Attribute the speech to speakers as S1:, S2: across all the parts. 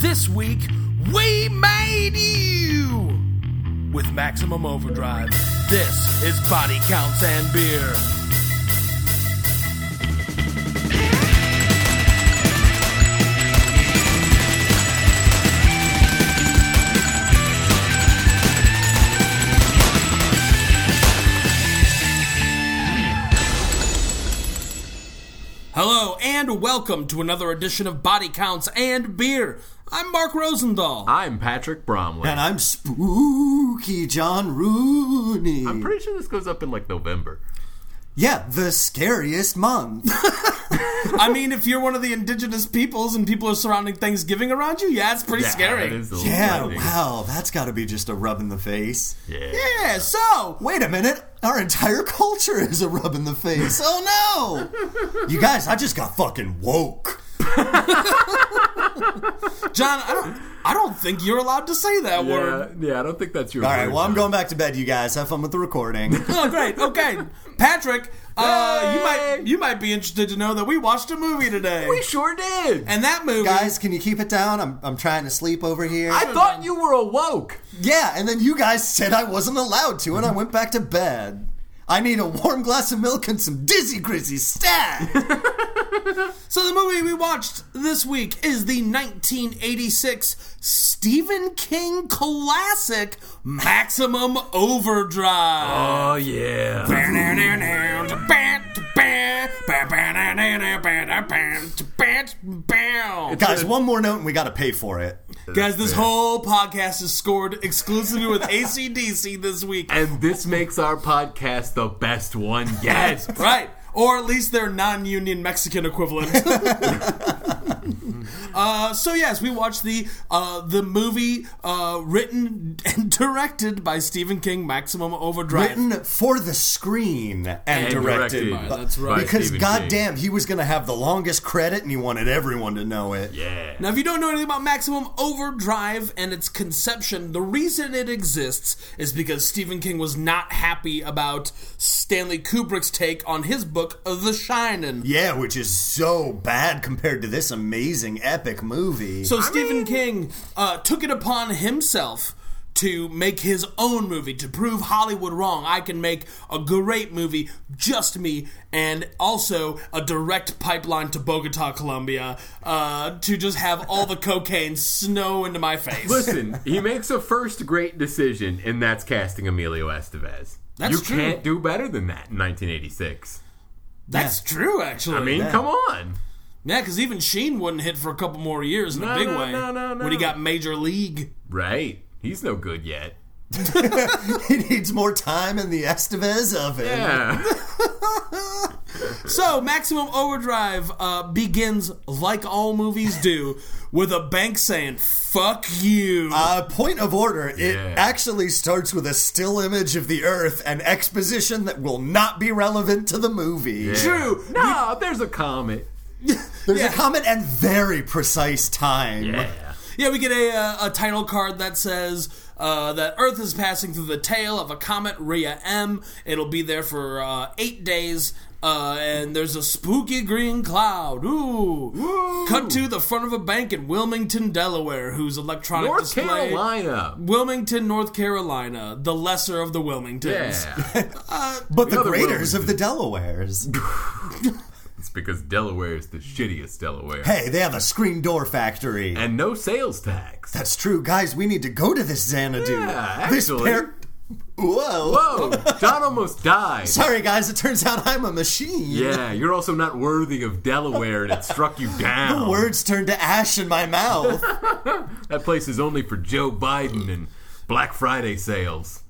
S1: This week, we made you with Maximum Overdrive. This is Body Counts and Beer. Hello and welcome to another edition of Body Counts and Beer. I'm Mark Rosendahl.
S2: I'm Patrick Bromley.
S3: And I'm spooky John Rooney.
S2: I'm pretty sure this goes up in like November.
S3: yeah, the scariest month.
S1: I mean, if you're one of the indigenous peoples and people are surrounding Thanksgiving around you, yeah, it's pretty scary.
S2: It is a little
S3: yeah,
S2: frightening.
S3: wow, that's got to be just a rub in the face.
S2: Yeah.
S1: Yeah, so
S3: Wait a minute, our entire culture is a rub in the face. Oh no! you guys, I just got fucking woke.
S1: John, I don't, I don't think you're allowed to say that
S2: Yeah,
S1: word.
S2: yeah, I don't think that's your.
S3: All right, well, I'm going back to bed, you guys. Have fun with the recording.
S1: Oh, great. Okay, Patrick, uh, you might, you might be interested to know that we watched a movie today,
S2: We sure did.
S1: and that movie.
S3: guys, can you keep it down? I'm, I'm trying to sleep over here.
S2: I thought you were awoke.
S3: yeah, and then you guys said I wasn't allowed to, and I went back to bed. I need a warm glass of milk and some dizzy grizzy stab.
S1: So the movie we watched this week is the 1986 Stephen King classic Maximum Overdrive.
S2: Oh yeah.
S3: Guys, one more note and we got to pay for it.
S1: Guys, this whole podcast is scored exclusively with ACDC this week.
S2: And this makes our podcast the best one yet.
S1: Right. Or at least their non union Mexican equivalent. uh, so, yes, we watched the, uh, the movie uh, written and directed by Stephen King, Maximum Overdrive.
S3: Written for the screen and, directed.
S2: directed
S3: by-
S2: by-
S1: that's right.
S2: by
S3: Because
S2: Stephen King.
S3: goddamn, he was going to have the longest credit and he wanted everyone to know it.
S2: Yeah.
S1: Now, if you don't know anything about Maximum Overdrive and its conception, the reason it exists is because Stephen King was not happy about Stanley Kubrick's take on his book, The Shining.
S3: Yeah, which is so bad compared to this amazing epic movie.
S1: So Stephen King uh, took it upon himself to make his own movie to prove Hollywood wrong. I can make a great movie, just me, and also a direct pipeline to Bogota, Colombia, uh, to just have all the cocaine snow into my face.
S2: Listen, he makes a first great decision, and that's casting Emilio Estevez.
S1: That's
S2: you
S1: true.
S2: can't do better than that in 1986.
S1: That's true, actually.
S2: I mean, come on.
S1: yeah, because even Sheen wouldn't hit for a couple more years in a
S2: No,
S1: big
S2: no,
S1: way
S2: no, no, no.
S1: when he got major league.
S2: Right. He's no good yet.
S3: he needs more time in the Estevez oven.
S2: Yeah.
S1: So, Maximum Overdrive uh, begins, like all movies do, with a bank saying, fuck you.
S3: Uh, point of order, it
S2: Yeah.
S3: actually starts with a still image of the Earth and exposition that will not be relevant to the movie.
S1: True.
S2: No, there's a comet.
S3: There's a comment and very precise time.
S2: Yeah.
S1: Yeah, we get a, uh, a title card that says uh, that Earth is passing through the tail of a comet, Rhea M. It'll be there for uh, eight days. Uh, and there's a spooky green cloud. Ooh. Cut to the front of a bank in Wilmington, Delaware, whose electronic
S2: North
S1: display.
S2: Carolina.
S1: Wilmington, North Carolina, the lesser of the Wilmingtons.
S2: Yeah.
S3: But the,
S2: other
S3: graders
S2: world
S3: of the Delawares.
S2: it's because Delaware is the shittiest Delaware.
S3: hey, they have a screen door factory.
S2: And no sales tax.
S3: That's true, guys. We need to go to this Xanadu.
S2: Yeah,
S3: this
S2: actually.
S3: Whoa.
S2: Whoa, John almost died.
S3: Sorry, guys. It turns out I'm a machine.
S2: Yeah, you're also not worthy of Delaware and it struck you down.
S3: Words turn to ash in my mouth.
S2: That place is only for Joe Biden and Black Friday sales.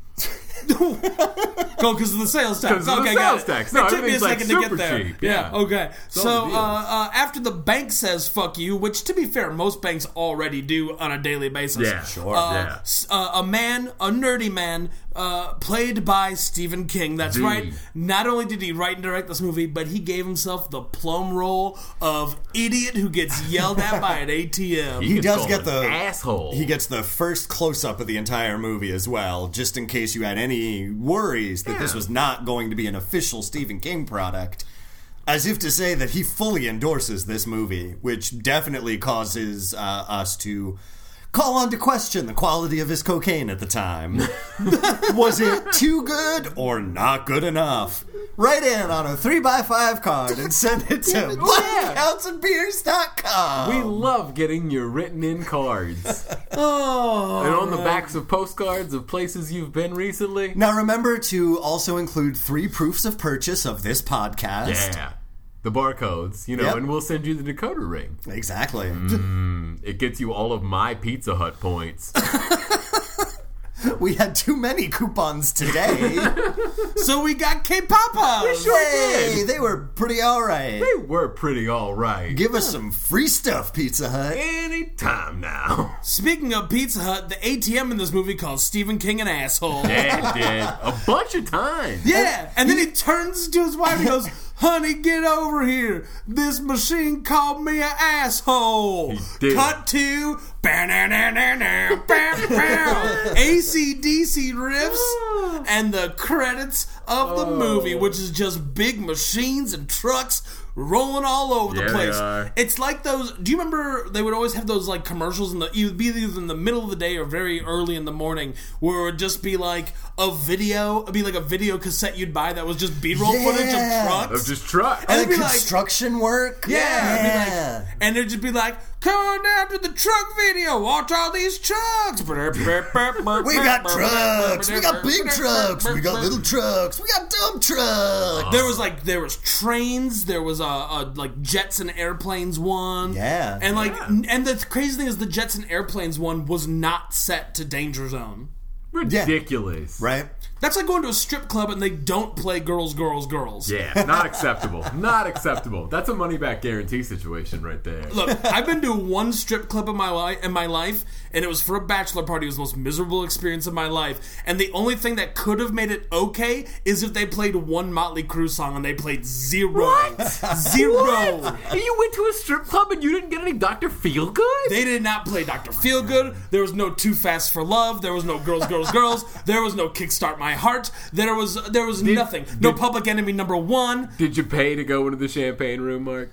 S1: Go because of the sales tax.
S2: 'Cause of the
S1: okay, got
S2: sales
S1: it.
S2: tax.
S1: It
S2: No,
S1: took me a
S2: everything's, like,
S1: second to
S2: super
S1: get there.
S2: cheap.
S1: Yeah.
S2: Yeah.
S1: Okay.
S2: all
S1: So
S2: the
S1: uh,
S2: deal.
S1: uh, after the bank says "fuck you," which to be fair, most banks already do on a daily basis.
S2: Yeah. Sure.
S1: Uh,
S2: Yeah.
S1: s- uh, a man, a nerdy man, uh, played by Stephen King. That's
S2: Dude.
S1: right. Not only did he write and direct this movie, but he gave himself the plum role of idiot who gets yelled at by an ATM.
S2: He, gets
S3: does
S2: called
S3: get
S2: an
S3: the-
S2: asshole.
S3: He gets the first close up of the entire movie as well, just in case you had any worries that this was not going to be an official Stephen King product. As if to say that he fully endorses this movie, which definitely causes uh, us to call onto question the quality of his cocaine at the time. Was it too good or not good enough? Write in on a 3x5 card and send it to blackoutsandbeers.com.
S2: We love getting your written in cards.
S1: Oh,
S2: and on the backs of postcards of places you've been recently.
S3: Now remember to also include three proofs of purchase of this podcast.
S2: Yeah. The barcodes, you know,
S3: Yep.
S2: and we'll send you the decoder ring.
S3: Exactly.
S2: Mm. It gets you all of my Pizza Hut points.
S3: We had too many coupons today.
S1: so we got K-Papa.
S3: hey, they were pretty all right.
S2: they were pretty all right.
S3: Give us some free stuff, Pizza Hut.
S2: Any time now.
S1: Speaking of Pizza Hut, the ATM in this movie calls Stephen King an asshole.
S2: Dad did a bunch of times.
S1: Yeah, and then he turns to his wife and goes, "Honey, get over here. This machine called me an asshole."
S2: did.
S1: Cut to ba-na-na-na-na, bam, bam. ACDC riffs and the credits of the movie, which is just big machines and trucks rolling all over
S2: Yeah,
S1: the
S2: they
S1: place.
S2: are.
S1: It's like those. Do you remember they would always have those like commercials in the either be either in the middle of the day or very early in the morning, where it would just be like a video, it'd be like a video cassette you'd buy that was just B-roll footage
S3: Yeah.
S1: of trucks.
S2: Of just trucks.
S1: And
S3: And
S1: it'd be like-
S3: construction work.
S1: yeah, it'd be like-
S3: Yeah.
S1: and it'd just be like, "Come on down to the truck video. Watch all these trucks.
S3: We got trucks. We got big trucks. We got little trucks. We got dump
S2: Oh.
S3: trucks.
S1: There was like there was trains, there was a, a like jets and airplanes one.
S3: Yeah.
S1: And like n and the crazy thing is the jets and airplanes one was not set to danger zone.
S2: Ridiculous.
S3: Right?
S1: That's like going to a strip club and they don't play girls girls girls.
S2: Yeah, not acceptable. Not acceptable. That's a money back guarantee situation right there.
S1: Look, I've been to one strip club in my life, in my life, and it was for a bachelor party. It was the most miserable experience of my life. And the only thing that could have made it okay is if they played one Motley Crue song and they played zero, zero.
S2: And you went to a strip club and you didn't get any Dr. Feelgood?
S1: They did not play Dr. Feelgood. There was no Too Fast for Love. There was no Girls, Girls, Girls. There was no Kickstart My Heart. There was there was nothing. No Public Enemy number one.
S2: Did you pay to go into the champagne room, Mark?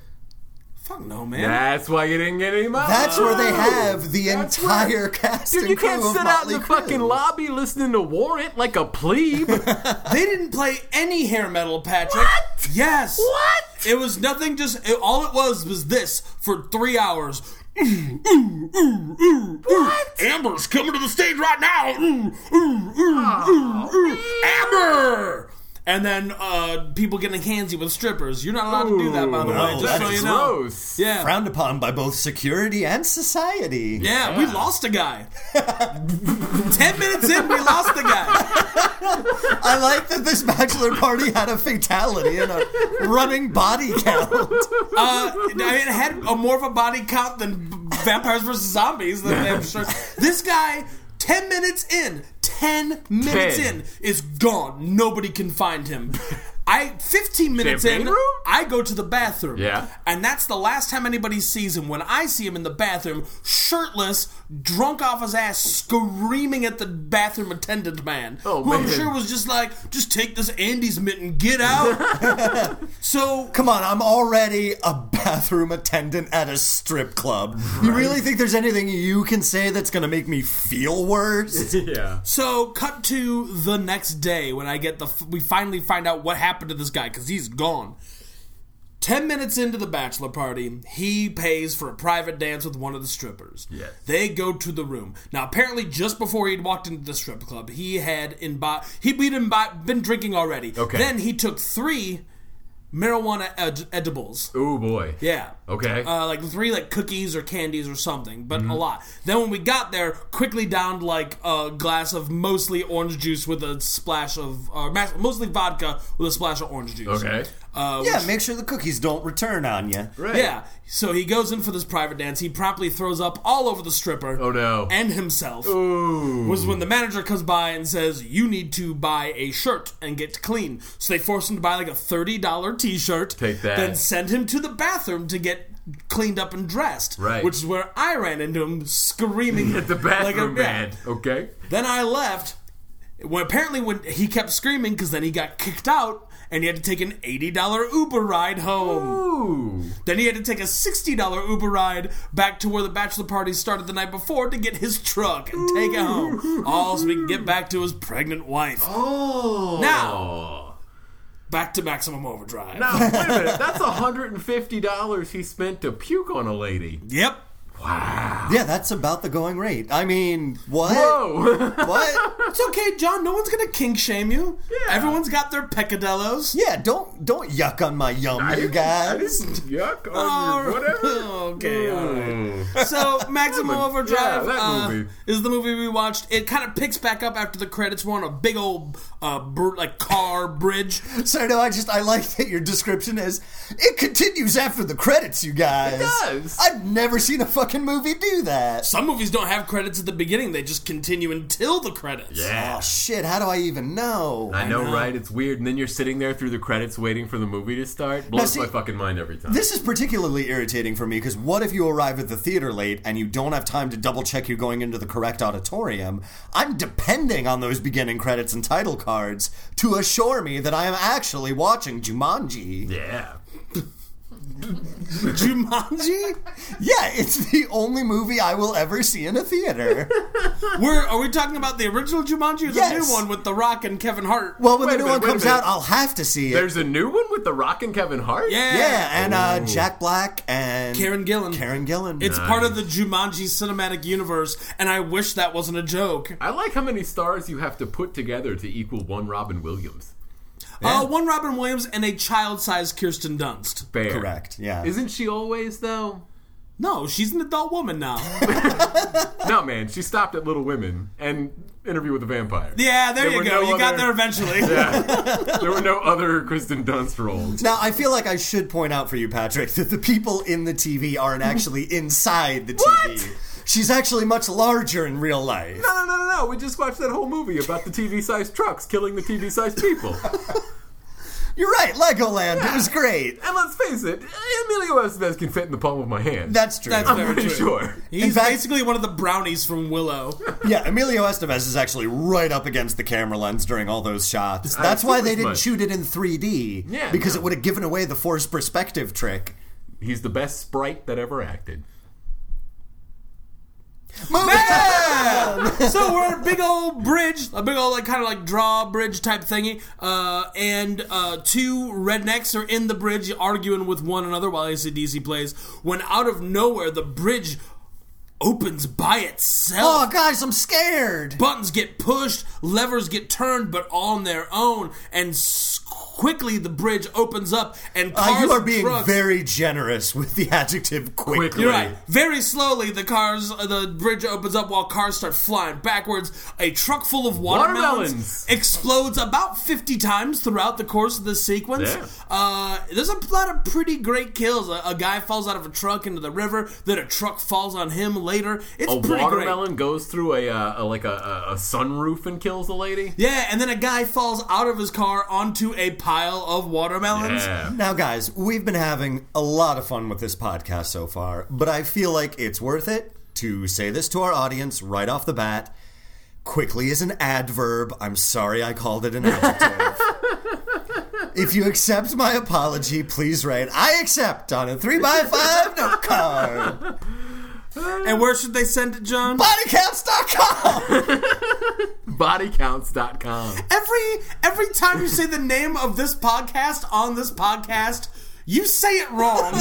S1: Fuck no, man.
S2: That's why you didn't get any money.
S3: That's where they have the
S2: Oh. That's
S3: entire
S2: right.
S3: cast
S2: Dude,
S3: and
S2: you
S3: crew
S2: can't
S3: of
S2: sit out in
S3: Motley
S2: the
S3: Crue.
S2: fucking lobby listening to Warrant like a plebe.
S1: They didn't play any hair metal, Patrick. What? Yes.
S2: What?
S1: It was nothing. Just it, all it was was this for three hours. Ooh, ooh, ooh, ooh, what? Amber's coming to the stage right now. Ooh, ooh, ooh, ooh, ooh. Amber. And then uh, people getting handsy with strippers. You're not allowed to do that, by the
S2: Ooh,
S1: way. Just
S3: that
S1: so
S3: is
S1: you know.
S2: gross.
S1: Yeah.
S3: Frowned upon by both security and society.
S1: yeah, we lost a guy. Ten minutes in, we lost a guy.
S3: I like that this bachelor party had a fatality and a running body count.
S1: Uh, I mean, it had a more of a body count than b- vampires versus zombies. Than I'm sure. This guy, ten minutes in, ten minutes
S2: Ten.
S1: in, is gone. Nobody can find him. I fifteen minutes in,
S2: Champagne room?
S1: I go to the bathroom.
S2: Yeah.
S1: and that's the last time anybody sees him. When I see him in the bathroom, shirtless, drunk off his ass, screaming at the bathroom attendant man,
S2: Oh,
S1: who I'm
S2: man.
S1: sure was just like, "Just take this Andy's mitt and get out." so
S3: Come on, I'm already a bathroom attendant at a strip club. You really think there's anything you can say that's going to make me feel worse?
S2: Yeah.
S1: So, cut to the next day when I get the. F- we finally find out what happened to this guy because he's gone. Ten minutes into the bachelor party, he pays for a private dance with one of the strippers.
S2: Yes.
S1: They go to the room. Now, apparently, just before he'd walked into the strip club, he had imbi- he, he'd imbi- been drinking already.
S2: Okay.
S1: Then he took three marijuana ed- edibles.
S2: Oh boy.
S1: Yeah.
S2: Okay.
S1: Uh, like three like cookies or candies or something, but
S2: Mm-hmm.
S1: a lot. Then when we got there, quickly downed like a glass of mostly orange juice with a splash of uh, mas- mostly vodka with a splash of orange juice.
S2: okay.
S1: Uh,
S3: yeah, make sure the cookies don't return on you.
S2: Right.
S1: Yeah. So he goes in for this private dance. He promptly throws up all over the stripper.
S2: Oh no.
S1: And himself
S2: Ooh.
S1: uh, was when the manager comes by and says, "You need to buy a shirt and get clean." So they force him to buy like a thirty dollar t shirt.
S2: Take that.
S1: Then send him to the bathroom to get cleaned up and dressed.
S2: Right.
S1: Which is where I ran into him screaming
S2: At the
S1: like a
S2: bathroom
S1: man.
S2: man. Okay.
S1: Then I left. When apparently when he kept screaming because then he got kicked out. and he had to take an $80 Uber ride home.
S2: Ooh.
S1: Then he had to take a $60 Uber ride back to where the bachelor party started the night before to get his truck and take it home. All so we can get back to his pregnant wife.
S2: Oh.
S1: Now- Back to Maximum Overdrive.
S2: Now, wait a minute. That's $150 he spent to puke on a lady.
S1: Yep.
S3: Yeah, that's about the going rate. I mean, what?
S2: Whoa.
S3: What?
S1: It's okay, John. No one's gonna kink shame you.
S2: Yeah.
S1: Everyone's got their peccadillos.
S3: Yeah, don't don't yuck on my yum, you guys.
S2: Yuck on your whatever.
S1: okay, all right. So Maximum Overdrive
S2: yeah, that
S1: uh,
S2: movie.
S1: is the movie we watched. It kind of picks back up after the credits. We're on a big old uh, br- like car bridge.
S3: So no, I just I like that your description is it continues after the credits, you guys. It
S2: does.
S3: I've never seen a fucking movie do that.
S1: Some movies don't have credits at the beginning; they just continue until the credits.
S2: Yeah.
S3: Oh shit, how do I even know?
S2: I know,
S1: know.
S2: right? It's weird. And then you're sitting there through the credits waiting for the movie to start. Blows
S3: see-
S2: my fucking mind every time.
S3: This is particularly irritating for me because what if you arrive at the theater late and you don't have time to double check you're going into the correct auditorium? I'm depending on those beginning credits and title cards to assure me that I am actually watching Jumanji.
S2: yeah.
S1: Jumanji.
S3: Yeah, it's the only movie I will ever see in a theater.
S1: We're are we talking about the original Jumanji or the
S3: Yes.
S1: new one with The Rock and Kevin Hart?
S3: Well, when
S2: Wait a
S3: the new
S2: minute, wait
S3: one
S2: a
S3: comes
S2: minute.
S3: out, I'll have to see it.
S2: There's a new one with The Rock and Kevin Hart?
S1: yeah,
S3: yeah, and uh, Jack Black and
S1: Karen Gillan.
S3: Karen Gillan.
S1: It's part of the Jumanji cinematic universe, and I wish that wasn't a joke.
S2: I like how many stars you have to put together to equal one Robin Williams.
S1: Uh, one Robin Williams and a child-sized Kirsten Dunst.
S2: Fair.
S3: correct. Yeah,
S2: Isn't she always, though?
S1: No, she's an adult woman now.
S2: No, man. She stopped at Little Women and Interview with a Vampire.
S1: Yeah, there,
S2: There
S1: you
S2: were
S1: go.
S2: no
S1: you got
S2: other-
S1: there eventually.
S2: There were no other Kristen Dunst roles.
S3: Now, I feel like I should point out for you, Patrick, that the people in the TV aren't actually inside the TV. She's actually much larger in real life.
S2: No, no, no, no, no. We just watched that whole movie about the TV-sized trucks killing the TV-sized people.
S3: You're right, Legoland. It was great.
S2: and let's face it, Emilio Estevez can fit in the palm of my hand.
S3: That's true.
S1: That's
S2: I'm
S1: very
S2: pretty
S1: true.
S2: sure.
S1: He's
S3: fact-
S1: basically one of the brownies from Willow.
S3: yeah, Emilio Estevez is actually right up against the camera lens during all those shots. That's
S2: see
S3: why they
S2: this
S3: didn't
S2: much.
S3: shoot it in 3D.
S2: Yeah,
S3: because
S2: no.
S3: it would have given away the forced perspective trick.
S2: He's the best sprite that ever acted.
S3: Moving
S1: so we're at a big old bridge, a big old like kind of like drawbridge type thingy, uh, and uh, two rednecks are in the bridge arguing with one another while ACDC plays. When out of nowhere, the bridge opens by itself.
S3: Oh, guys, I'm scared.
S1: buttons get pushed, levers get turned, but on their own, and s- quickly the bridge opens up and cars
S3: Uh, you are
S1: and
S3: being
S1: trucks-
S3: very generous with the adjective quickly.
S2: Quickly.
S1: You're right. Very slowly, the cars, uh, the bridge opens up while cars start flying backwards. A truck full of watermelons,
S2: Watermelons.
S1: explodes about 50 times throughout the course of this sequence.
S2: Yeah.
S1: Uh, there's a lot of pretty great kills. A, a guy falls out of a truck into the river, then a truck falls on him later. It's
S2: A
S1: pretty great.
S2: watermelon goes through a, uh, a like a, a, a sunroof and kills a lady.
S1: Yeah, and then a guy falls out of his car onto a pile of watermelons.
S2: Yeah.
S3: Now, guys, we've been having a lot of fun with this podcast so far, but I feel like it's worth it to say this to our audience right off the bat. Quickly is an adverb. I'm sorry I called it an adjective. if you accept my apology, please write, I accept on a 3x5 note card.
S1: And where should they send it, John?
S3: Bodycounts.com.
S2: Bodycounts.com.
S1: Every every time you say the name of this podcast on this podcast, you say it wrong.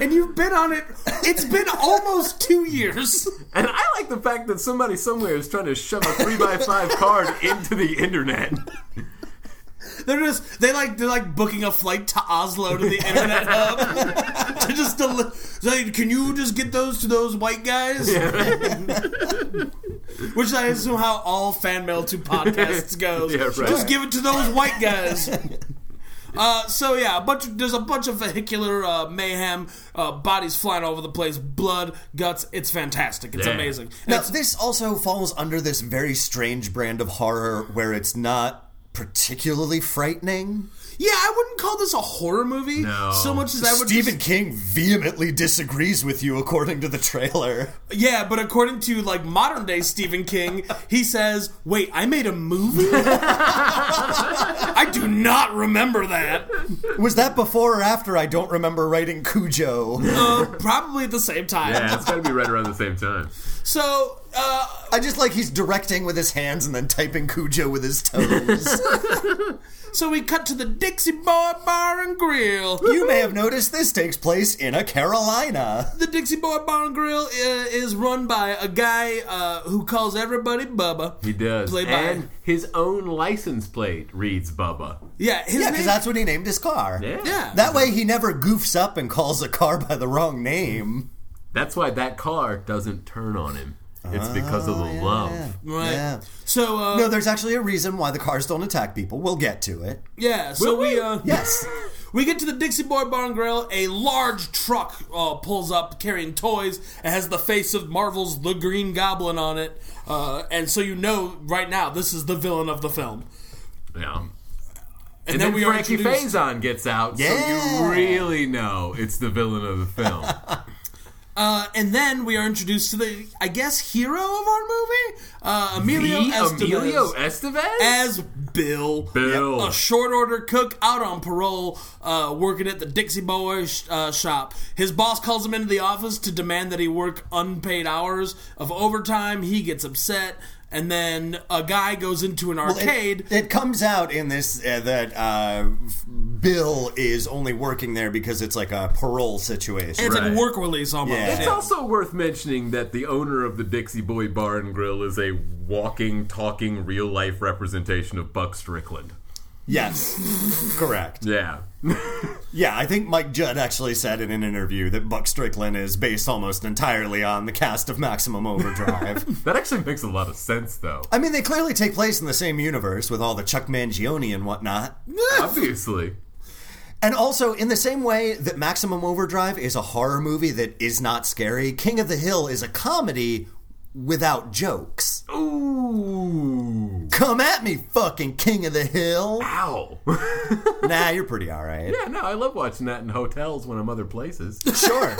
S1: and you've been on it it's been almost 2 years.
S2: And I like the fact that somebody somewhere is trying to shove a 3x5 card into the internet.
S1: They're just they like they're like booking a flight to Oslo to the internet hub to just deli- like, can you just get those to those white guys? Which I assume how all fan mail to podcasts goes.
S2: Yeah, right.
S1: Just give it to those white guys. Uh, so yeah, a bunch of, there's a bunch of vehicular uh, mayhem, uh, bodies flying all over the place, blood, guts. It's fantastic. It's
S2: Yeah.
S1: amazing.
S3: Now, this also falls under this very strange brand of horror where it's not particularly frightening.
S1: Yeah, I wouldn't call this a horror movie
S2: No.
S1: so much as I would.
S3: Stephen King vehemently disagrees with you, according to the trailer.
S1: just- yeah, but according to like modern day Stephen King, he says, "Wait, I made a movie? I do not remember that."
S3: Was that before or after? I don't remember writing Cujo.
S1: Uh, probably at the same time.
S2: Yeah, it's got to be right around the same time.
S1: So, uh,
S3: I just like he's directing with his hands and then typing Cujo with his toes.
S1: so we cut to the Dixie Boy Bar and Grill.
S3: you may have noticed this takes place in a Carolina.
S1: The Dixie Boy Bar and Grill i- is run by a guy uh, who calls everybody Bubba.
S2: He does.
S1: Played by-
S2: and his own license plate reads Bubba.
S1: Yeah, his
S3: Yeah,
S1: name.
S3: because that's what he named his car.
S2: Yeah.
S1: yeah.
S3: That way he never goofs up and calls a car by the wrong name.
S2: That's why that car doesn't turn on him. It's because of the love.
S1: right.
S3: Yeah.
S1: So, uh,
S3: No, there's actually a reason why the cars don't attack people. We'll get to it.
S1: yeah. So
S2: Will we?
S1: we uh,
S3: Yes.
S1: we get to the Dixie Boy Bar and Grill. A large truck uh, pulls up carrying toys. It has the face of Marvel's The Green Goblin on it, uh, and so you know right now this is the villain of the film.
S2: Yeah. And,
S1: And,
S2: then,
S1: we
S2: Frankie
S1: are introduced.
S2: Faison gets out, so
S3: Yeah.
S2: you really know it's the villain of the film.
S1: Uh, and then we are introduced to the, I guess, hero of our movie, uh, Emilio
S2: the
S1: Estevez
S2: E Emilio Estevez?
S1: as Bill.
S2: Bill.
S1: a short order cook out on parole, uh, working at the Dixie Boy sh- uh, shop. His boss calls him into the office to demand that he work unpaid hours of overtime. He gets upset, and then a guy goes into an arcade.
S3: It, it comes out in this uh, that uh, Bill is only working there because it's like a parole situation.
S1: it's like
S2: Right.
S1: a work release almost.
S3: Yeah.
S2: It's also worth mentioning that the owner of the Dixie Boy Bar and Grill is a walking, talking, real life representation of Buck Strickland.
S3: Yes, correct.
S2: Yeah.
S3: Yeah, I think Mike Judd actually said in an interview that Buck Strickland is based almost entirely on the cast of Maximum Overdrive.
S2: that actually makes a lot of sense, though.
S3: I mean, they clearly take place in the same universe with all the Chuck Mangione and whatnot.
S2: Obviously.
S3: And also, in the same way that Maximum Overdrive is a horror movie that is not scary, King of the Hill is a comedy without jokes.
S2: Ooh.
S3: Come at me, fucking King of the Hill.
S2: Ow.
S3: nah, you're pretty all right.
S2: yeah, no, I love watching that in hotels when I'm other places.
S3: Sure.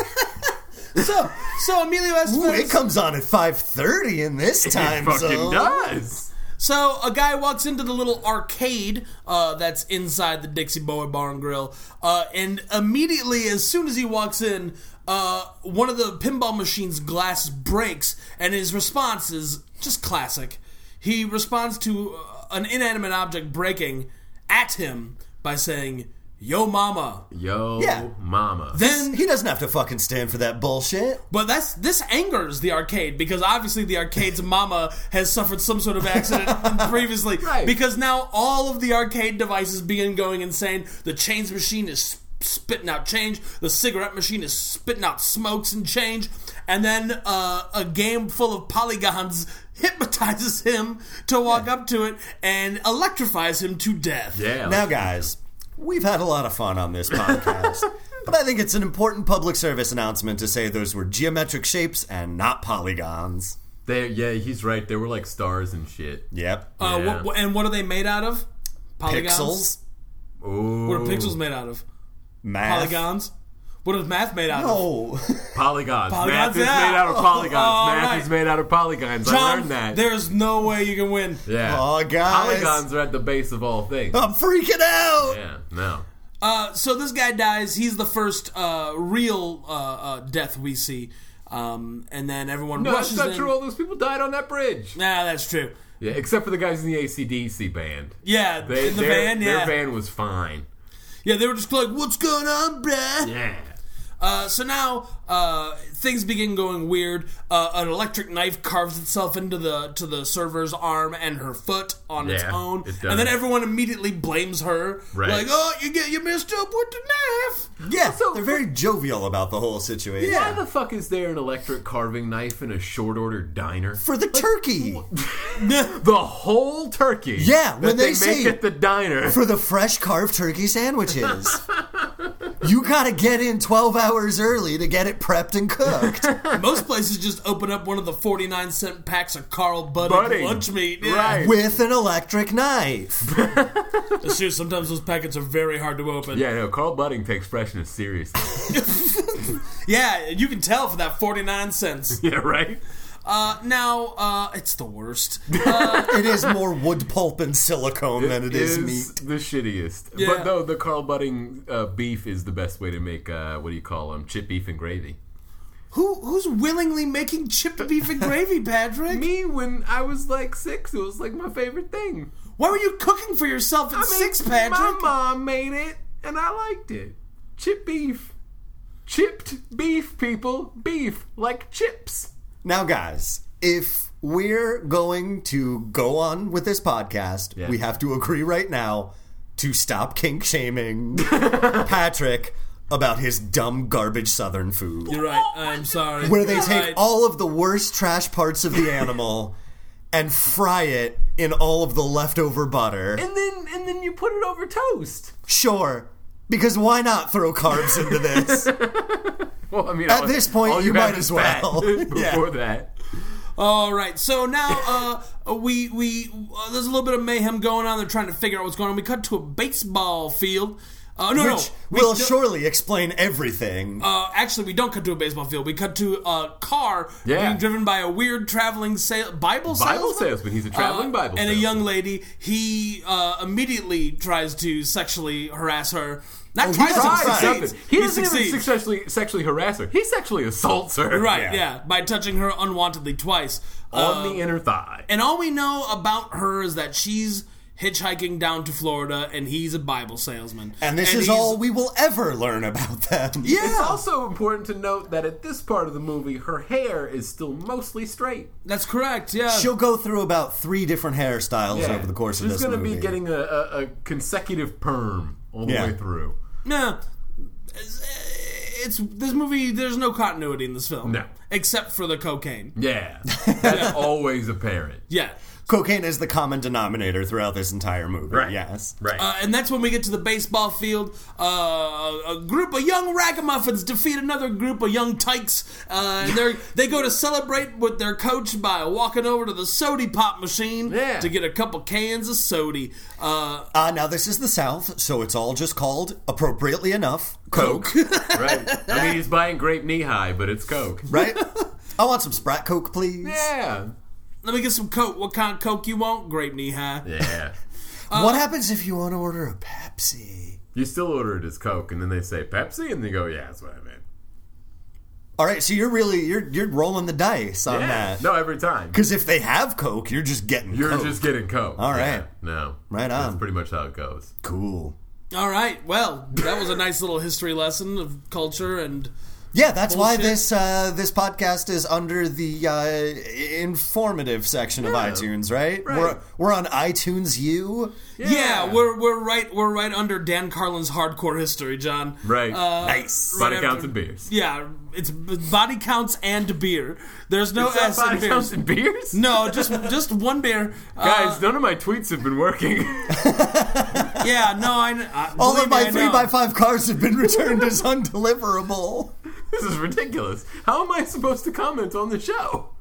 S1: So, so Emilio
S3: Ooh,
S1: Estevez.
S3: it comes on at 5:30 in this time
S2: it fucking
S3: zone.
S2: does.
S1: So a guy walks into the little arcade uh, that's inside the Dixie Boy Bar and Grill, uh, and immediately, as soon as he walks in, uh, one of the pinball machine's glass breaks, and his response is just classic. He responds to uh, an inanimate object breaking at him by saying, "Yo, mama."
S2: Yo,
S3: Yeah.
S2: mama.
S1: Then,
S3: He doesn't have to fucking stand for that bullshit.
S1: but that's this angers the arcade because obviously the arcade's mama has suffered some sort of accident previously.
S2: Right.
S1: Because now all of the arcade devices begin going insane. The change machine is sp- spitting out change. The cigarette machine is spitting out smokes and change. And then uh, a game full of polygons hypnotizes him to walk up to it and electrifies him to death.
S2: yeah.
S3: Now, guys, we've had a lot of fun on this podcast, but I think it's an important public service announcement to say those were geometric shapes and not polygons.
S2: They, yeah, he's right. They were like stars and shit.
S3: Yep.
S1: Uh,
S2: Yeah.
S1: wh- wh- and what are they made out of? Polygons.
S3: Pixels,
S2: Ooh.
S1: What are pixels made out of?
S3: math.
S1: Polygons. What is math made out of?
S3: Oh,
S1: Polygons,
S2: Polygons. Math is
S1: yeah.
S2: made out of polygons.
S1: All
S2: Math
S1: right.
S2: is made out of polygons. I
S1: John,
S2: learned that.
S1: there's no way you can win.
S2: yeah.
S3: Aw, guys.
S2: Polygons are at the base of all things.
S1: Oh.
S3: I'm freaking out.
S2: Yeah, no.
S1: Uh, so this guy dies. He's the first uh, real uh, uh, death we see, um, and then everyone
S2: No, that's
S1: rushes
S2: not
S1: in.
S2: true. All those people died on that bridge.
S1: Nah, that's true.
S2: Yeah, except for the guys in the ACDC band.
S1: Yeah,
S2: They,
S1: in the
S2: their,
S1: van. Yeah,
S2: Their van was fine.
S1: yeah. They were just like, "What's going on, bruh?"
S2: Yeah.
S1: Uh, so now uh, things begin going weird. Uh, an electric knife carves itself into the to the server's arm and her foot on its
S2: Yeah,
S1: own,
S2: it does.
S1: and then everyone immediately blames her.
S2: Right.
S1: Like, "Oh, you get you messed up with the knife."
S3: Yeah,
S2: Also-
S3: they're very jovial about the whole situation.
S2: Why the fuck is there an electric carving knife in a short order diner?
S3: for the turkey,
S2: The whole turkey.
S3: Yeah,
S2: that
S3: when they
S2: make
S3: say-
S2: at the diner.
S3: for the fresh carved turkey sandwiches. you gotta get in 12 hours early to get it prepped and cooked.
S1: Most places just open up one of the 49 cent packs of Carl Budding,
S2: Budding.
S1: lunch meat. Yeah.
S2: Right.
S3: With an electric knife.
S1: It's true, sometimes those packets are very hard to open.
S2: Yeah, no, Carl Budding takes freshness seriously.
S1: Yeah, you can tell for that 49 cents.
S2: yeah, right?
S1: Uh, now, uh, it's the worst.
S3: It is more wood pulp and silicone than it is, meat.
S2: the shittiest.
S1: Yeah.
S2: But no, the Carl Budding uh, beef is the best way to make, uh, what do you call them, chip beef and gravy.
S1: Who Who's willingly making chipped beef and gravy, Patrick?
S2: Me, when I was like six, it was like my favorite thing.
S1: Why were you cooking for yourself at
S2: I mean,
S1: six, Patrick?
S2: My mom made it, and I liked it. Chip beef. Chipped beef, people. Beef, like chips.
S3: Now, guys, if we're going to go on with this podcast,
S2: Yeah.
S3: we have to agree right now to stop kink shaming Patrick about his dumb garbage southern food.
S1: You're right, I'm sorry.
S3: Where they
S1: You're
S3: take
S1: right.
S3: all of the worst trash parts of the animal and fry it in all of the leftover butter.
S2: And then, and then you put it over toast.
S3: Sure. Because why not throw carbs into this?
S2: Well, I mean,
S3: At
S2: all-
S3: this point,
S2: all
S3: you
S2: have
S3: might
S2: is
S3: as well.
S2: fat
S3: Yeah.
S2: Before that,
S1: All right, so now uh, we we uh, there's a little bit of mayhem going on. They're trying to figure out what's going on. We cut to a baseball field. Uh, no,
S3: Which
S1: no, we
S3: will
S1: do-
S3: surely explain everything.
S1: uh, actually, we don't cut to a baseball field. We cut to a car
S2: Yeah.
S1: being driven by a weird traveling sale, Bible
S2: Bible
S1: salesman?
S2: salesman. He's a traveling
S1: Uh,
S2: Bible
S1: and
S2: salesman.
S1: a young lady. He uh, immediately tries to sexually harass her. Not
S3: he
S1: tries to
S3: tries
S2: Try
S1: succeeds.
S2: Oh, something. He doesn't
S1: succeeds.
S2: even sexually, sexually harass her. He sexually assaults her.
S1: right,
S3: Yeah.
S1: yeah. by touching her unwantedly twice. Uh,
S2: On the inner thigh.
S1: And all we know about her is that she's hitchhiking down to Florida and he's a Bible salesman.
S3: and this is
S1: he's-
S3: all we will ever learn about them.
S2: It's also important to note that at this part of the movie, her hair is still mostly straight.
S1: That's correct, yeah.
S3: She'll go through about three different hairstyles over the course of
S2: She's
S3: this
S2: gonna
S3: movie.
S2: be getting a, a, a consecutive perm all the
S3: Yeah.
S2: way through.
S1: Nah. It's, it's this movie there's no continuity in this film.
S2: No.
S1: Except for the cocaine.
S2: Yeah, that's always apparent.
S1: Yeah.
S3: Cocaine is the common denominator throughout this entire movie.
S2: Right.
S3: Yes.
S2: Right.
S1: Uh, and that's when we get to the baseball field. Uh, a group of young ragamuffins defeat another group of young tykes. Uh, and they they go to celebrate with their coach by walking over to the sody pop machine
S2: Yeah.
S1: to get a couple cans of sody. Uh,
S3: Uh, now, this is the South, so it's all just called, appropriately enough, Coke.
S2: right. I mean, he's buying grape knee high, but it's Coke.
S3: right? I want some Sprat Coke, please.
S2: Yeah.
S1: let me get some coke. What kind of coke you want? Grape knee high.
S2: Yeah. uh,
S3: what happens if you want to order a Pepsi?
S2: You still order it as Coke, and then they say Pepsi, and they go, "Yeah, that's what I meant."
S3: All right, so you're really you're you're rolling the dice on
S2: Yeah.
S3: that.
S2: No, every time.
S3: Because if they have Coke, you're just getting
S2: You're
S3: Coke.
S2: just getting Coke.
S3: All
S2: Yeah,
S3: right.
S2: No.
S3: Right
S2: That's
S3: on.
S2: pretty much how it goes.
S3: cool.
S1: All right. Well, that was a nice little history lesson of culture and
S3: Yeah, that's why
S1: Bullshit.
S3: this uh, this podcast is under the uh, informative section of iTunes, right? We're we're on iTunes U.
S1: yeah. we're we're right we're right under Dan Carlin's hardcore history, John. Uh,
S2: Right.
S3: uh, Nice.
S2: Body
S1: after-
S2: counts and beers.
S1: Yeah, it's body counts and beer. There's no
S2: Is that
S1: S in
S2: body
S1: beers.
S2: counts and beers?
S1: No, just just one beer. Uh,
S2: Guys, none of my tweets have been working.
S1: yeah, no, I. kn- I
S3: All
S1: believe
S3: of my
S1: me, I
S3: three
S1: know.
S3: by five cars have been returned as undeliverable.
S2: this is ridiculous. How am I supposed to comment on the show?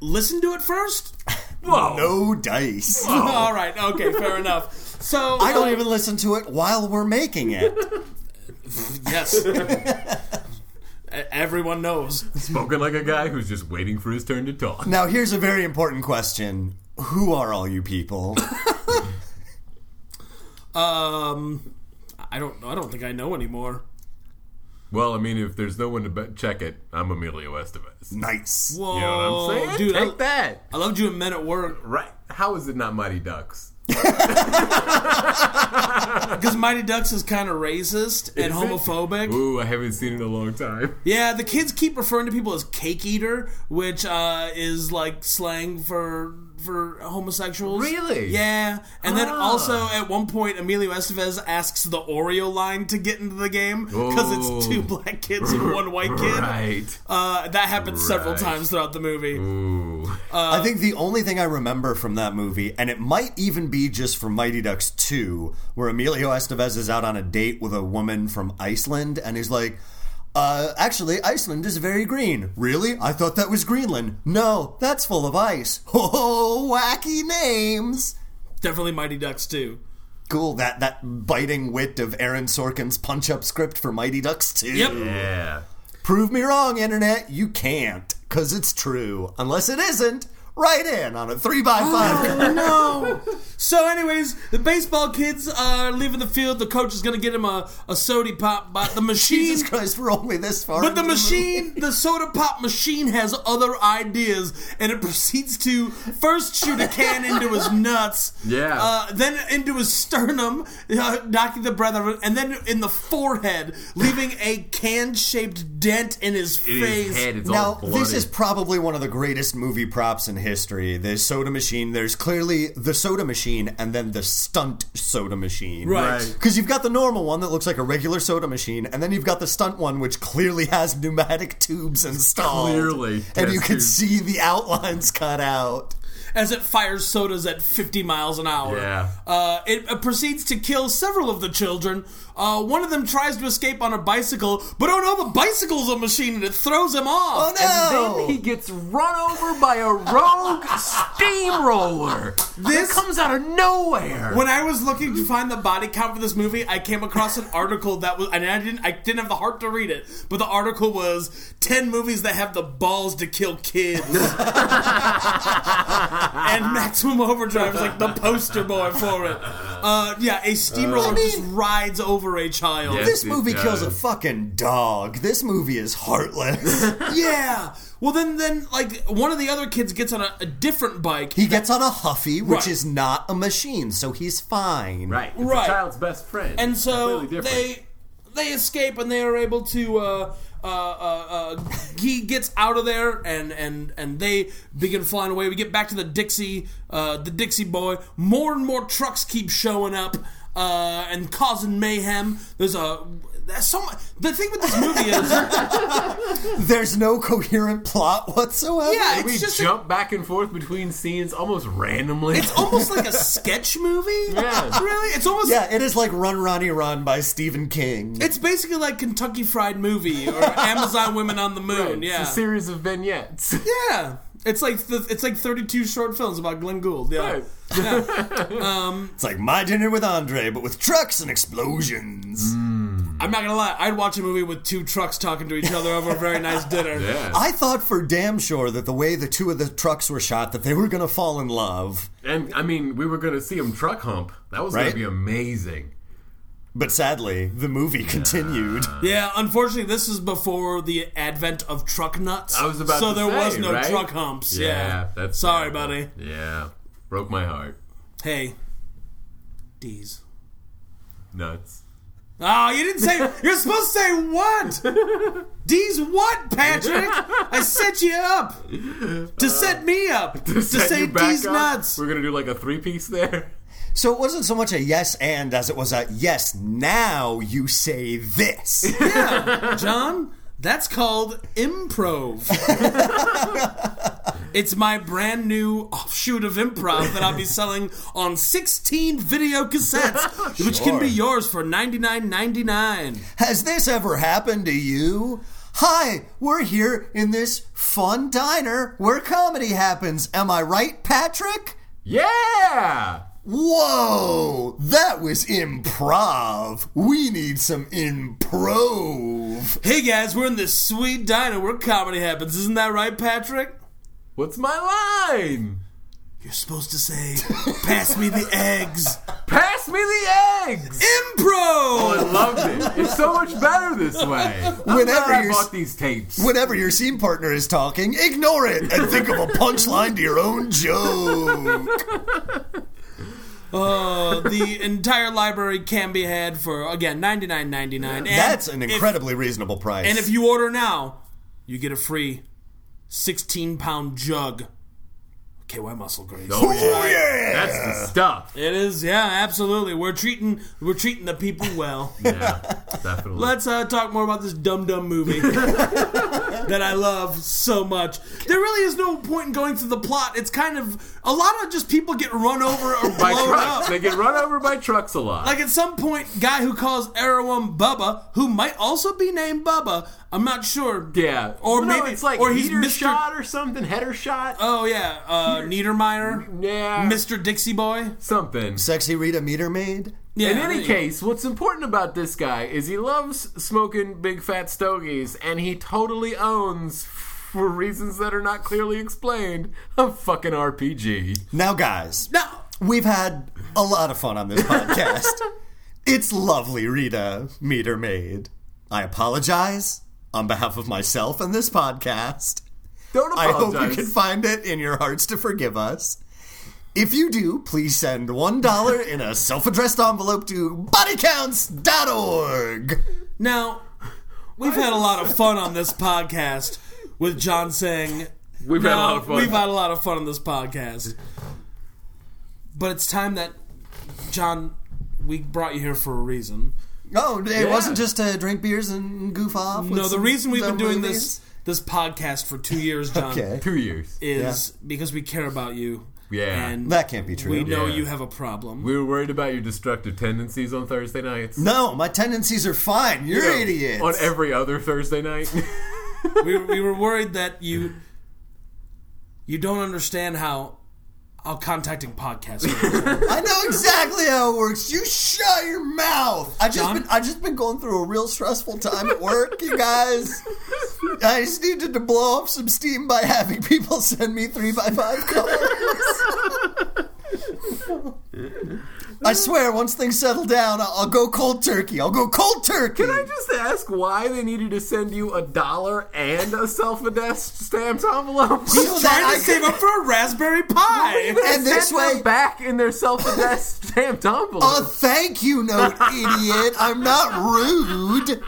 S1: Listen to it first.
S2: Whoa.
S3: No dice.
S2: Oh.
S1: All right. Okay. Fair enough. So
S3: I don't even listen to it while we're making it.
S1: Yes. E- Everyone knows.
S2: Spoken like a guy who's just waiting for his turn to talk.
S3: Now, here's a very important question: Who are all you people?
S1: Um, I don't. I don't think I know anymore.
S2: Well, I mean, if there's no one to be- check it, I'm Emilio Estevez.
S3: nice.
S1: Whoa,
S2: You know what I'm saying?
S1: Oh, dude!
S2: Take
S1: I,
S2: that.
S1: I loved you in Men at Work
S2: Right. How is it not Mighty Ducks?
S1: because Mighty Ducks is kind of racist and homophobic.
S2: Ooh, I haven't seen it in a long time.
S1: Yeah, the kids keep referring to people as cake eater, which uh, is like slang for for homosexuals.
S2: Really?
S1: Yeah. And then
S2: Ah.
S1: also at one point, Emilio Estevez asks the Oreo line to get into the game because it's
S2: Oh.
S1: two black kids and one white kid.
S2: Right.
S1: Uh, that happens several
S2: Right.
S1: times throughout the movie.
S2: Ooh.
S3: I think the only thing I remember from that movie, and it might even be just from Mighty Ducks 2, where Emilio Estevez is out on a date with a woman from Iceland, and he's like, uh, actually, Iceland is very green. Really? I thought that was Greenland. No, that's full of ice. Oh, wacky names.
S1: Definitely Mighty Ducks too.
S3: Cool, that, that biting wit of Aaron Sorkin's punch up script for Mighty Ducks 2.
S1: Yep.
S2: Yeah.
S3: Prove me wrong, internet. You can't, because it's true. Unless it isn't, write in on a 3 by 5
S1: no. So, anyways, the baseball kids are leaving the field. The coach is going to get him a, a soda pop, but the machine.
S3: Jesus Christ, we're only this far.
S1: But
S3: into
S1: the machine, the soda pop machine, has other ideas, and it proceeds to first shoot a can into his nuts,
S2: Yeah.
S1: uh, then into his sternum, uh, knocking the breath out of it, and then in the forehead, leaving a can-shaped dent in his
S2: In
S1: face.
S2: his head, it's
S3: Now,
S2: all bloody.
S3: this is probably one of the greatest movie props in history. The soda machine. There's clearly the soda machine and then the stunt soda machine.
S1: Right.
S2: Right.
S3: Because you've got the normal one that looks like a regular soda machine, and then you've got the stunt one, which clearly has pneumatic tubes installed.
S2: Clearly
S3: And
S2: has
S3: you can
S2: tubes.
S3: see the outlines cut out.
S1: as it fires sodas at 50 miles an hour.
S2: Yeah.
S1: Uh, it uh, proceeds to kill several of the children. Uh, one of them tries to escape on a bicycle, but oh no, the bicycle's a machine and it throws him off.
S3: Oh, no!
S2: Then he gets run over by a rogue steamroller. This
S1: This-
S2: comes out of nowhere.
S1: When I was looking to find the body count for this movie, I came across an article that was, and I didn't, I didn't have the heart to read it, but the article was 10 movies that have the balls to kill kids. and Maximum Overdrive is like the poster boy for it. Uh, yeah, a steamroller
S3: I mean-
S1: just rides over a child.
S2: Yeah.
S3: This
S2: It
S3: movie kills a
S2: does.
S3: fucking dog. This movie is heartless.
S1: Yeah. Well, then, then like one of the other kids gets on a, a different bike.
S3: he gets on a Huffy, which
S1: Right.
S3: is not a machine, so he's fine.
S2: right. It's
S1: Right.
S2: a child's best friend.
S1: and
S2: It's
S1: so
S2: completely different.
S1: they they escape and they are able to uh, uh, uh, uh, he gets out of there and and and they begin flying away we get back to the dixie uh, the dixie boy more and more trucks keep showing up uh, and causing mayhem there's a there's so much, the thing with this movie is
S3: There's no coherent plot whatsoever.
S1: yeah
S2: we
S1: it's just a-
S2: jump back and forth between scenes almost randomly.
S1: it's almost like a sketch movie
S2: Yeah.
S1: really it's almost
S3: Yeah, it is like Run Ronnie Run by Stephen King.
S1: It's basically like Kentucky Fried Movie or Amazon Women on the Moon.
S2: It's
S1: Yeah,
S2: a series of vignettes.
S1: yeah. It's like th- it's like thirty-two short films about Glenn Gould. Yeah,
S2: Right.
S3: It's like My Dinner with Andre, but with trucks and explosions.
S1: Mm. I'm not gonna lie. I'd watch a movie with two trucks talking to each other over a very nice dinner.
S2: Yeah.
S3: I thought for damn sure that the way the two of the trucks were shot, that they were gonna fall in love.
S2: And I mean, we were going to see him truck hump. That was going
S3: Right.
S2: to be amazing.
S3: But sadly, the movie continued.
S1: Yeah, unfortunately, this is before the advent of truck nuts.
S2: I was about
S1: so
S2: to
S1: there was
S2: say,
S1: no
S2: right?
S1: truck humps. Yeah,
S2: Yeah, that's
S1: sorry, buddy.
S2: terrible. Yeah, broke my heart.
S1: Hey, D's.
S2: Nuts.
S1: Oh, you didn't say. You're supposed to say what? D's what, Patrick? I set you up to set me up to,
S2: Uh, Set
S1: say
S2: you back
S1: D's
S2: up?
S1: nuts.
S2: We're gonna do like a three piece there.
S3: So it wasn't so much a yes and as it was a yes, now you say this.
S1: Yeah, John, that's called improv. it's my brand new offshoot of improv that I'll be selling on 16 video cassettes, which can be
S3: Sure.
S1: yours for 99.99.
S3: Has this ever happened to you? Hi, we're here in this fun diner where comedy happens. Am I right, Patrick?
S2: Yeah.
S3: Whoa, that was improv. We need some improv.
S1: Hey guys, we're in this sweet diner where comedy happens. Isn't that right, Patrick?
S2: What's my line?
S1: You're supposed to say, pass me the eggs.
S2: Pass me the eggs. Oh, I
S1: Impro!
S2: loved it. It's so much better this way. I'm
S3: Whenever
S2: glad I
S3: you're
S2: bought
S3: s-
S2: these tapes.
S3: Whenever your scene partner is talking, ignore it and think of a punchline to your own joke.
S1: Uh, the entire library can be had for, again, ninety nine ninety nine.
S3: That's an incredibly reasonable price.
S1: And if you order now, you get a free 16 pound jug of KY muscle grace.
S2: Oh, yeah. That's the stuff.
S1: It is, yeah, absolutely. We're treating we're treating the people well.
S2: Yeah, definitely.
S1: Let's uh, talk more about this dumb dumb movie that I love so much. There really is no point in going through the plot. It's kind of a lot of just people get run over or
S2: by
S1: blown
S2: trucks.
S1: up.
S2: They get run over by trucks a lot.
S1: Like at some point, guy who calls Erewhon Bubba, who might also be named Bubba, I'm not sure.
S2: yeah.
S1: or
S2: Well,
S1: maybe-
S2: no, it's like
S1: or he's
S2: heater
S1: Mr.
S2: shot or something, header shot.
S1: Oh yeah, uh, Niedermeyer,
S2: yeah.
S1: Mr. Dixie Boy.
S2: something.
S3: Sexy Rita Meter Maid?
S1: Yeah,
S2: In
S1: there
S2: any
S1: you
S2: case, what's important about this guy is he loves smoking big fat stogies, and he totally owns, for reasons that are not clearly explained, a fucking RPG.
S3: Now, guys,
S1: go. no.
S3: we've had a lot of fun on this podcast. it's lovely, Rita Meter Maid. I apologize on behalf of myself and this podcast.
S2: Don't
S3: I hope
S2: apologize.
S3: you can find it in your hearts to forgive us. If you do, please send $1 in a self addressed envelope to bodycounts.org.
S1: Now, we've had a lot of fun on this podcast with John saying
S2: We've had a
S1: "No,
S2: lot of fun.
S1: We've had a lot of fun on this podcast, but it's time that John, we brought you here for a reason.
S3: No, Oh, it wasn't just to drink beers and goof off. with
S1: No, the
S3: some
S1: reason we've been
S3: dumb
S1: doing this
S3: movies.
S1: um, this podcast for two years, John,
S3: Okay.
S2: Two years.
S1: is because we care about you.
S2: Yeah.
S1: and
S3: That can't be true.
S1: we know
S2: Yeah.
S1: you have a problem.
S2: We were worried about your destructive tendencies on Thursday nights.
S3: No, my tendencies are fine. You're idiots.
S2: On every other Thursday night.
S1: we, we were worried that you you don't understand how how contacting podcasts work.
S3: I know exactly how it works. You shut your mouth. I just
S1: John?
S3: been I just been going through a real stressful time at work, you guys. I just needed to blow off some steam by having people send me three by five colors. I swear, once things settle down, I'll, I'll go cold turkey. I'll go cold turkey.
S2: Can I just ask why they needed to send you a dollar and a self-addressed stamped envelope?
S3: So that
S1: Trying
S3: I
S1: to save
S3: could-
S1: up for a Raspberry Pi.
S3: And this
S2: Send them
S3: way- Oh,
S2: back in their self-addressed stamped envelope.
S3: A thank you note, idiot. I'm not rude.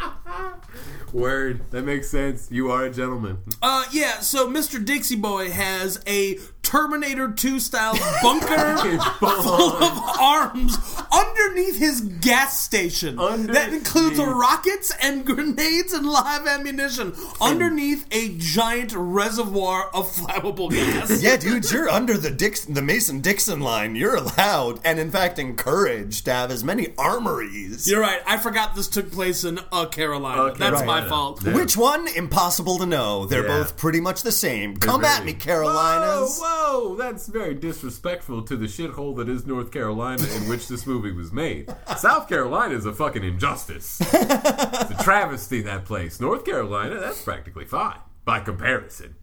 S2: Word, that makes sense. You are a gentleman.
S1: Uh, yeah, so Mr. Dixie Boy has a Terminator 2 style bunker full of arms underneath his gas station. that includes
S2: Underneath.
S1: rockets and grenades and live ammunition underneath a giant reservoir of flammable gas.
S3: Yeah, dude, you're under the Dix- the Mason Dixon line. You're allowed and, in fact, encouraged to have as many armories.
S1: You're right. I forgot this took place in uh, Carolina.
S2: Uh,
S1: That's my
S2: Carolina.
S1: fault.
S2: Yeah.
S3: Which one? Impossible to know. They're
S2: Yeah.
S3: both pretty much the same. Come
S2: very-
S3: at me, Carolinas.
S2: Whoa, whoa, that's very disrespectful to the shithole that is North Carolina in which this movie was made. South Carolina is a fucking injustice. it's a travesty, that place. North Carolina, that's practically fine by comparison.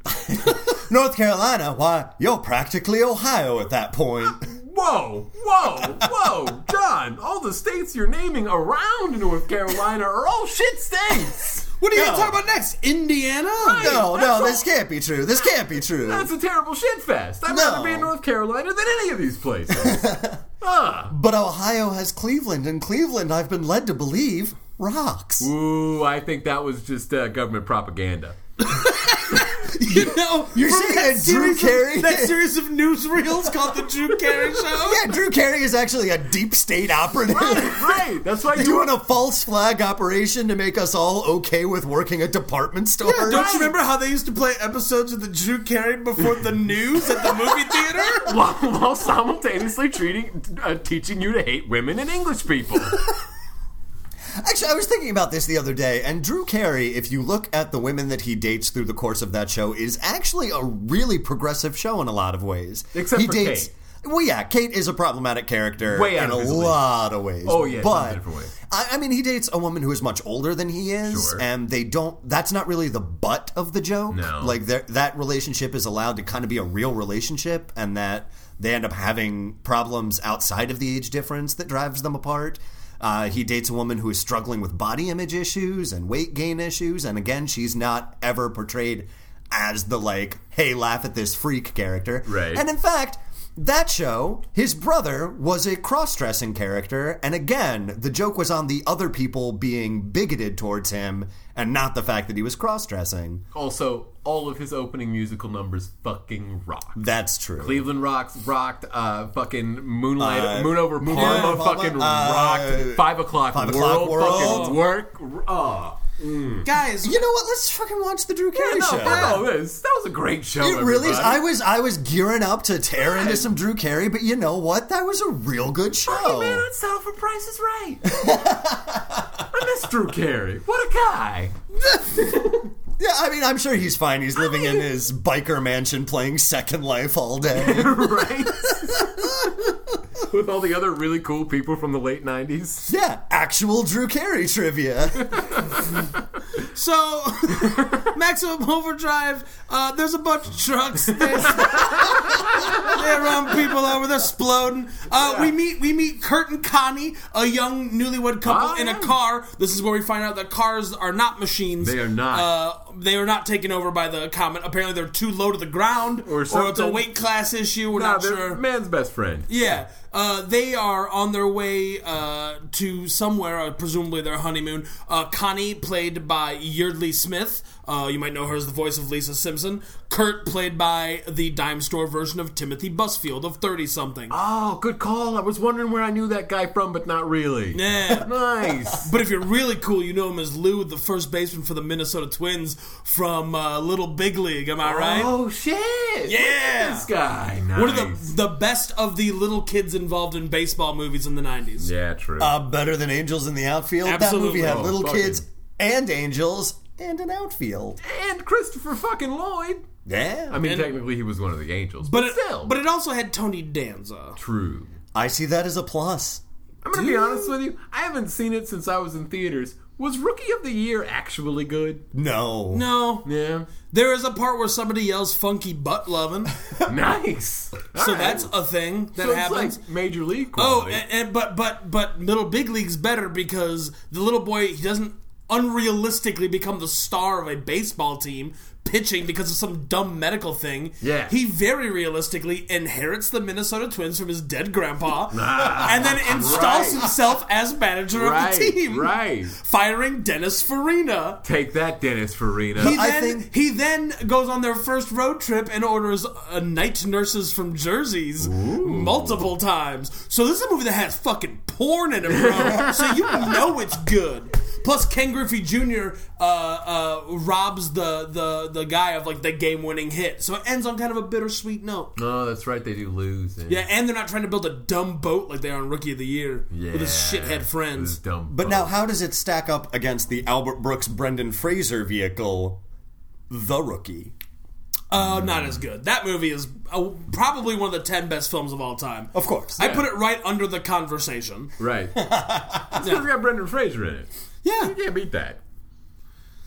S3: North Carolina, why, you're practically Ohio at that point.
S2: Whoa, whoa, whoa, John, all the states you're naming around North Carolina are all shit states.
S1: What are you
S3: No.
S1: going to talk about next? Indiana?
S3: No,
S2: that's
S3: no,
S2: all-
S3: this can't be true. This can't be true.
S2: That's a terrible shit fest. I'd
S3: No.
S2: rather be in North Carolina than any of these places. ah.
S3: But Ohio has Cleveland, and Cleveland, I've been led to believe, rocks.
S2: Ooh, I think that was just uh, government propaganda.
S1: You know,
S3: You're
S1: from
S3: saying that
S1: series
S3: Drew
S1: of-
S3: Carey-
S1: that series of newsreels called the Drew Carey Show.
S3: Yeah, Drew Carey is actually a deep state operative.
S2: right. That's why you
S3: doing a false flag operation to make us all okay with working at department stores.
S1: Don't you remember how they used to play episodes of the Drew Carey before the news at the movie theater?
S2: while, while simultaneously treating, uh, teaching you to hate women and English people.
S3: Actually, I was thinking about this the other day, and Drew Carey, if you look at the women that he dates through the course of that show, is actually a really progressive show in a lot of ways.
S2: Except
S3: he
S2: for
S3: dates.
S2: Kate.
S3: Well, yeah, Kate is a problematic character
S2: Way out
S3: in
S2: of
S3: a
S2: his league.
S3: lot of ways.
S2: Oh, yeah, in
S3: but
S2: different ways.
S3: I, I mean, he dates a woman who is much older than he is,
S2: Sure.
S3: and they don't. That's not really the butt of the joke.
S2: No.
S3: like they're- that relationship is allowed to kind of be a real relationship, and that they end up having problems outside of the age difference that drives them apart. Uh, he dates a woman who is struggling with body image issues and weight gain issues, and again, she's not ever portrayed as the like, "Hey, laugh at this freak" character.
S2: Right.
S3: And in fact, That show, his brother was a cross dressing character, and again, the joke was on the other people being bigoted towards him and not the fact that he was cross dressing.
S2: Also, all of his opening musical numbers fucking rock.
S3: That's true.
S2: Cleveland rocks rocked. Uh, fucking moonlight,
S3: Uh,
S2: moon over Parma,
S3: Over Parma,
S2: fucking
S3: uh,
S2: rocked. Five o'clock
S3: Five
S2: world,
S3: O'Clock
S2: fucking work. Oh,
S1: Guys,
S3: You know what? Let's fucking watch the Drew Carey
S2: no,
S3: show.
S2: fuck all this. That was a great show.
S3: It really is. I
S2: everybody.
S3: was I was gearing up to tear into some Drew Carey, but you know what? That was a real good
S2: Hey, man,
S3: show.
S2: I'd settle for Price is Right. I miss Drew Carey. What a guy.
S3: Yeah, I mean, I'm sure he's fine. He's living in his biker mansion playing Second Life all day.
S2: right? With all the other really cool people from the late 90s.
S3: yeah, actual Drew Carey trivia.
S1: So, maximum overdrive. Uh, there's a bunch of trucks. They, they run people over. They're exploding. Uh, We meet we meet Kurt and Connie, a young newlywed couple,
S2: Oh,
S1: in
S2: yeah.
S1: a car. This is where we find out that cars are not machines.
S2: They are not.
S1: Uh, they are not taken over by the comet. Apparently, they're too low to the ground,
S2: Or
S1: it's a
S2: something.
S1: weight class issue. We're
S2: Nah,
S1: not
S2: they're
S1: sure.
S2: man's best friend.
S1: Yeah, uh, they are on their way uh, to somewhere, uh, presumably their honeymoon. Uh, Connie, played by Yeardley Smith, uh, you might know her as the voice of Lisa Simpson. Kurt, played by the dime store version of Timothy Busfield of Thirty Something.
S2: Oh, good call. I was wondering where I knew that guy from, but not really.
S1: Yeah.
S2: Nice.
S1: But if you're really cool, you know him as Lou, the first baseman for the Minnesota Twins from uh, Little Big League. Am I right?
S2: Oh, shit. Look at
S1: Yeah.
S2: This guy. Nice.
S1: One of the the best of the little kids involved in baseball movies in the '90s.
S2: Yeah, true.
S3: Uh, better than Angels in the Outfield. That
S1: Absolutely.
S3: movie had
S2: Oh,
S3: little
S2: fucking-
S3: kids and angels and an outfield.
S2: and Christopher fucking Lloyd.
S3: Yeah.
S2: I mean, technically, he was one of the angels, but,
S1: But it,
S2: still.
S1: but it also had Tony Danza.
S2: true.
S3: I see that as a plus.
S2: I'm gonna be honest with you. I haven't seen it since I was in theaters. Was Rookie of the Year actually good?
S3: No.
S1: No,
S2: Yeah.
S1: There is a part where somebody yells "funky butt lovin',"
S2: nice.
S1: so that's a thing that
S2: so
S1: happens.
S2: It's like major league.
S1: oh,
S2: Quality.
S1: and, and- but but but middle big league's better because the little boy he doesn't unrealistically become the star of a baseball team pitching because of some dumb medical thing.
S2: Yeah.
S1: he very realistically inherits the Minnesota Twins from his dead grandpa,
S2: Ah,
S1: and then installs
S2: right.
S1: himself as manager
S2: right,
S1: of the team,
S2: right.
S1: firing Dennis Farina.
S2: Take that, Dennis Farina.
S1: He
S3: I
S1: then,
S3: think-
S1: he then goes on their first road trip and orders uh, night nurses from Jersey's multiple times. So this is a movie that has fucking porn in it, bro. so you know it's good. Plus, Ken Griffey Jr. Uh, uh, robs the, the the guy of like the game winning hit. So it ends on kind of a bittersweet note.
S2: oh, that's right. They do lose. and-
S1: Yeah, and they're not trying to build a dumb boat like they are on Rookie of the Year
S2: yeah.
S1: with his shithead
S2: This
S1: friends.
S2: dumb.
S3: But
S2: fuck.
S3: now, how does it stack up against the Albert Brooks Brendan Fraser vehicle, The Rookie?
S1: Uh, not as good. That movie is uh, probably one of the ten best films of all time.
S3: Of course.
S1: I put it right under the conversation.
S2: right. It's because we got Brendan Fraser in it.
S1: Yeah.
S2: You can't beat that.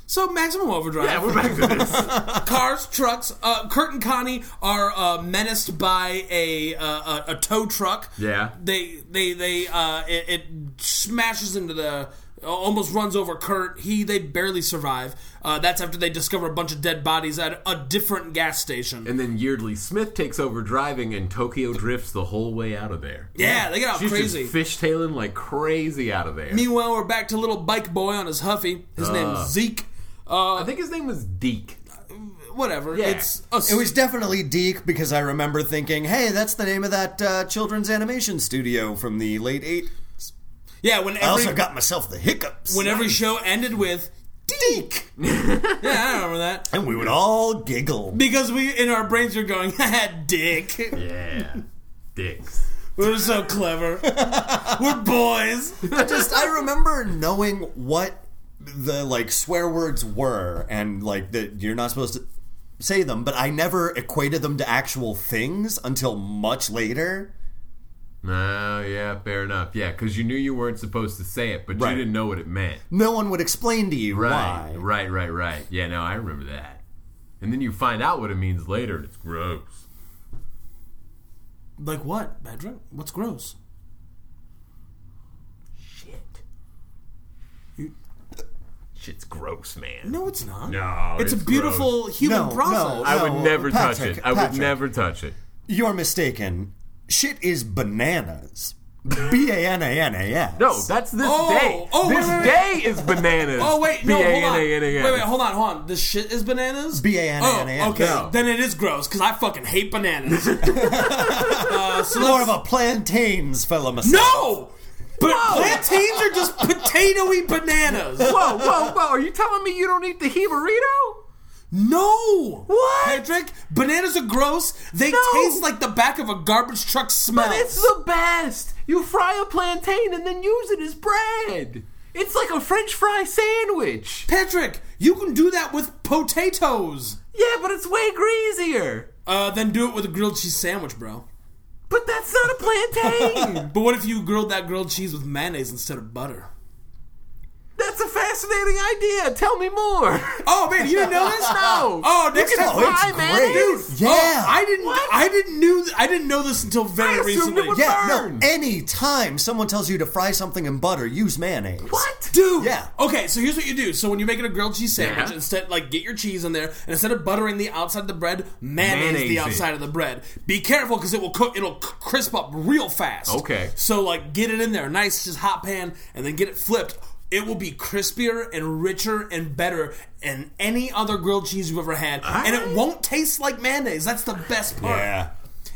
S1: So maximum overdrive.
S2: Yeah, we're back to this.
S1: Cars, trucks. Uh, Kurt and Connie are uh, menaced by a, uh, a a tow truck.
S2: Yeah.
S1: They they they uh, it, it smashes into the almost runs over Kurt. He they barely survive. Uh, that's after they discover a bunch of dead bodies at a different gas station.
S2: and then Yeardley Smith takes over driving, and Tokyo drifts the whole way out of there.
S1: yeah, they get out
S2: She's
S1: crazy.
S2: just fishtailing like crazy out of there.
S1: Meanwhile, we're back to little bike boy on his huffy. His name's Zeke. Uh,
S2: I think his name was Deke.
S1: whatever.
S2: Yeah.
S1: It's a
S3: It was definitely Deke because I remember thinking, hey, that's the name of that uh, children's animation studio from the late 80s.
S1: yeah. When
S3: I
S1: every
S3: also got myself the hiccups.
S1: when every show ended with
S3: Deke!
S1: yeah, I remember that.
S3: And we would all giggle.
S1: Because we in our brains are going, "Haha, dick.
S2: Yeah. Dicks.
S1: We're so clever. We're boys.
S3: Just, I remember knowing what the, like, swear words were and, like, that you're not supposed to say them, but I never equated them to actual things until much later.
S2: No, yeah, fair enough. Yeah, because you knew you weren't supposed to say it, but
S3: Right.
S2: you didn't know what it meant.
S3: No one would explain to you
S2: Right,
S3: why.
S2: right, right, right. Yeah, no, I remember that. And then you find out what it means later, and it's gross.
S1: Like what, Patrick? What's gross?
S2: Shit. Shit's gross, man.
S1: No, it's not.
S2: No,
S1: it's,
S2: it's
S1: a beautiful human
S3: No,
S1: process.
S3: no.
S2: I would
S3: No,
S2: never touch
S3: Patrick,
S2: it. I would
S3: Patrick.
S2: never touch it.
S3: You're mistaken. shit is bananas. B A N A N A S.
S2: No, that's this
S1: Oh,
S2: day.
S1: oh, wait,
S2: this
S1: wait, wait.
S2: day is bananas.
S1: Oh wait, no, hold on. Wait,
S2: B-A-N-A-N-A-S.
S1: wait, hold on, hold on. The shit is bananas.
S3: B-A-N-A-N-A-S.
S1: Oh, okay.
S2: No.
S1: Then it is gross because I fucking hate bananas. Uh, so
S3: More
S1: let's-
S3: of a plantains, fella.
S1: no. But plantains are just potatoy bananas.
S2: Whoa, whoa, whoa! Are you telling me you don't eat the he burrito?
S1: No.
S2: What?
S1: Patrick, bananas are gross. They
S2: No.
S1: taste like the back of a garbage truck smell.
S2: It's the best. You fry a plantain and then use it as bread. It's like a French fry sandwich.
S1: Patrick, you can do that with potatoes.
S2: Yeah, but it's way greasier.
S1: Uh, then do it with a grilled cheese sandwich, bro.
S2: But that's not a plantain.
S1: But what if you grilled that grilled cheese with mayonnaise instead of butter?
S2: that's a fascinating idea. Tell me more.
S1: Oh man, you didn't know this?
S2: No.
S1: Oh, Nick
S2: You can
S1: is
S3: Oh, it's
S2: fry
S3: great.
S2: mayonnaise?
S1: Dude,
S3: Yeah.
S1: oh, I didn't.
S2: What?
S1: I didn't knew. I didn't know this until very
S2: I assumed it
S1: recently.
S2: would-
S3: Yeah,
S2: Burn.
S3: no. Any time someone tells you to fry something in butter, use mayonnaise.
S2: What?
S1: Dude.
S3: Yeah.
S1: Okay, so here's what you do. So when you're making a grilled cheese sandwich,
S2: Yeah.
S1: instead like get your cheese in there, and instead of buttering the outside of the bread, mayonnaise,
S2: Mayonnaise
S1: the
S2: it.
S1: outside of the bread. Be careful because it will cook. It'll c- crisp up real fast.
S2: Okay.
S1: So like get it in there, nice just hot pan, and then get it flipped. It will be crispier and richer and better than any other grilled cheese you've ever had, and it
S2: right.
S1: won't taste like mayonnaise. That's the best part.
S3: Yeah.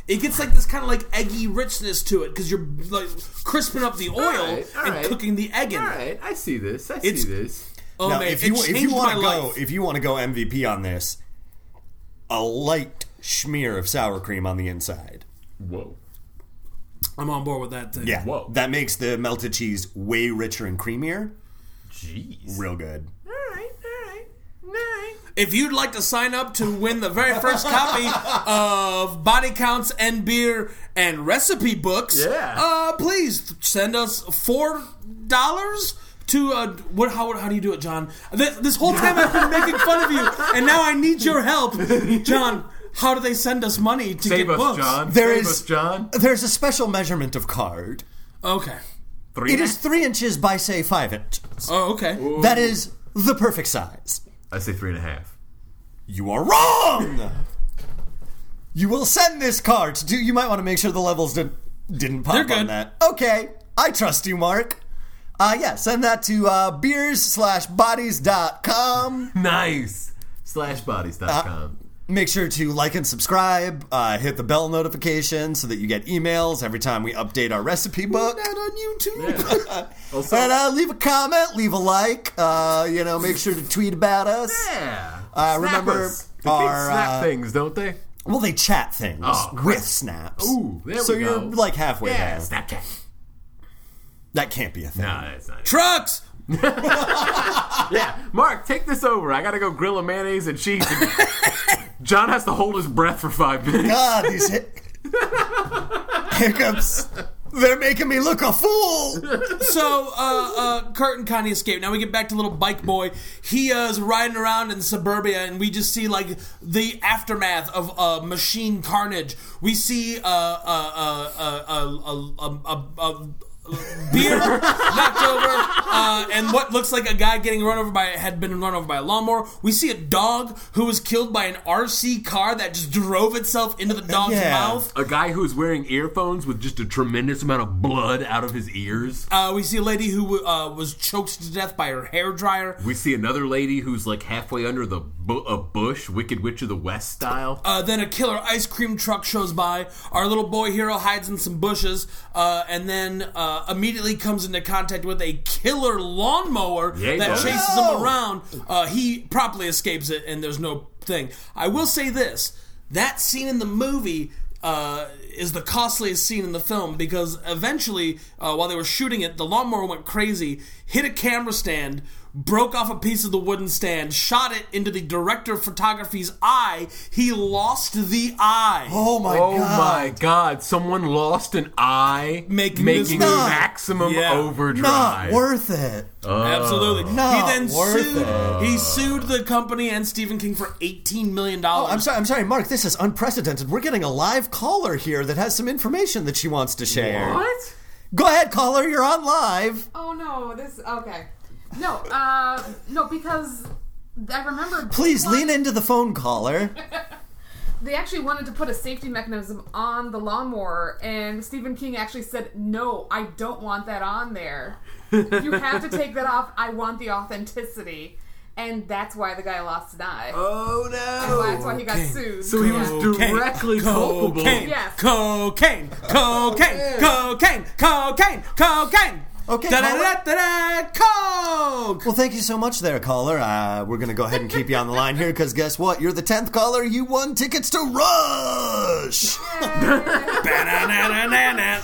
S1: It gets like this kind of like eggy richness to it because you're like crisping up the oil
S2: right, all
S1: and
S2: right.
S1: cooking the egg in.
S2: All
S1: it.
S2: right, I see this. I
S1: It's-
S2: see this.
S1: Oh
S3: Now,
S1: man,
S3: if you
S1: it
S3: if
S1: changed
S3: you want
S1: my
S3: to go
S1: life.
S3: if you want to go MVP on this, a light smear of sour cream on the inside.
S2: Whoa.
S1: I'm on board with that thing.
S3: Yeah,
S2: Whoa.
S3: that makes the melted cheese way richer and creamier.
S2: Jeez.
S3: Real good.
S2: All right, all right, all right.
S1: If you'd like to sign up to win the very first copy of Body Counts and Beer and Recipe Books,
S2: Yeah.
S1: uh, please send us four dollars. To uh, what? How, how do you do it, John? This, this whole time I've been making fun of you, and now I need your help, John. How do they send us money to
S2: Save
S1: get
S2: us,
S1: books?
S2: John.
S3: There
S2: Save
S3: is-
S2: us, John.
S3: There's a special measurement of card.
S1: Okay.
S2: Three.
S3: It is three inches by say five inches.
S1: Oh, okay.
S3: That is the perfect size.
S2: I say three and a half.
S3: You are wrong. You will send this card to. You might want to make sure the levels didn't didn't pop
S1: They're good.
S3: on that. Okay, I trust you, Mark. Uh, yeah, send that to uh, beers slash bodies dot com.
S2: Nice.
S3: Uh,
S2: Slashbodies.com.
S3: Make sure to like and subscribe. Uh, hit the bell notification so that you get emails every time we update our recipe book.
S1: Not on YouTube.
S2: Yeah. also,
S3: And uh, leave a comment, leave a like. Uh, you know, make sure to tweet about us.
S2: yeah.
S3: Uh,
S2: Snap
S3: remember
S2: us. They
S3: our,
S2: snap
S3: uh,
S2: things, don't they?
S3: Well, they chat things
S2: Oh, crap.
S3: with snaps.
S2: Ooh, there
S3: so
S2: we
S3: you're
S2: go.
S3: like halfway
S2: Yeah,
S3: there.
S2: Snapchat. Oh,
S3: That can't be a thing.
S2: No, that's not it.
S1: Trucks.
S2: Yeah, Mark, take this over. I gotta go grill a mayonnaise and cheese. John has to hold his breath for five minutes.
S3: God, these hic- hiccups. They're making me look a fool.
S1: So, uh, uh, Kurt and Connie escape. Now we get back to little bike boy. He uh, is riding around in suburbia, and we just see like the aftermath of uh, machine carnage. We see uh, uh, uh, uh, uh, uh, uh, uh, uh, beer knocked over, uh, and what looks like a guy getting run over by had been run over by a lawnmower. We see a dog who was killed by an RC car that just drove itself into the dog's
S3: Yeah.
S1: mouth.
S2: A guy who's wearing earphones with just a tremendous amount of blood out of his ears.
S1: Uh, we see a lady who uh, was choked to death by her hair dryer.
S2: We see another lady who's like halfway under the bu- a bush, Wicked Witch of the West style.
S1: Uh,
S3: Oh
S1: then a killer ice cream truck shows by. Our little boy hero hides in some bushes, uh, and then uh, immediately comes into contact with a killer lawnmower
S2: Yeah, he
S1: that
S2: does.
S1: chases
S3: No!
S1: him around. Uh, he promptly escapes it, and there's no thing. I will say this: that scene in the movie. Uh, is the costliest scene in the film because eventually, uh, while they were shooting it, the lawnmower went crazy, hit a camera stand, broke off a piece of the wooden stand, shot it into the director of photography's eye. He lost the eye.
S3: Oh my
S2: oh
S3: god.
S2: my god, someone lost an eye
S1: Making this-
S2: making
S3: Not-
S2: maximum
S1: Yeah.
S2: overdrive.
S3: Not worth it.
S1: Absolutely.
S3: Not
S1: he then
S3: worth
S1: sued. He sued the company and Stephen King for eighteen million
S3: Oh, I'm
S1: dollars.
S3: sorry, I'm sorry, Mark. This is unprecedented. We're getting a live caller here that has some information that she wants to share.
S2: What?
S3: Go ahead, caller. You're on live.
S4: Oh no, this okay. No, uh no because I remember
S3: Please lean into the phone, caller.
S4: they actually wanted to put a safety mechanism on the lawnmower, and Stephen King actually said, "No, I don't want that on there. If you have to take that off, I want the authenticity." And that's why the guy lost an eye.
S2: Oh no!
S4: that's why he got sued.
S2: So he
S4: Yeah.
S2: was directly culpable.
S1: Cocaine,
S4: Yes.
S1: cocaine, cocaine, cocaine, cocaine, cocaine.
S3: Okay,
S1: da da
S3: Paula.
S1: da da da. Coke.
S3: Well, thank you so much there, caller. Uh, we're going to go ahead and keep you on the line here because guess what? You're the 10th caller. You won tickets to Rush!
S1: Ba-da-da-da-da-da.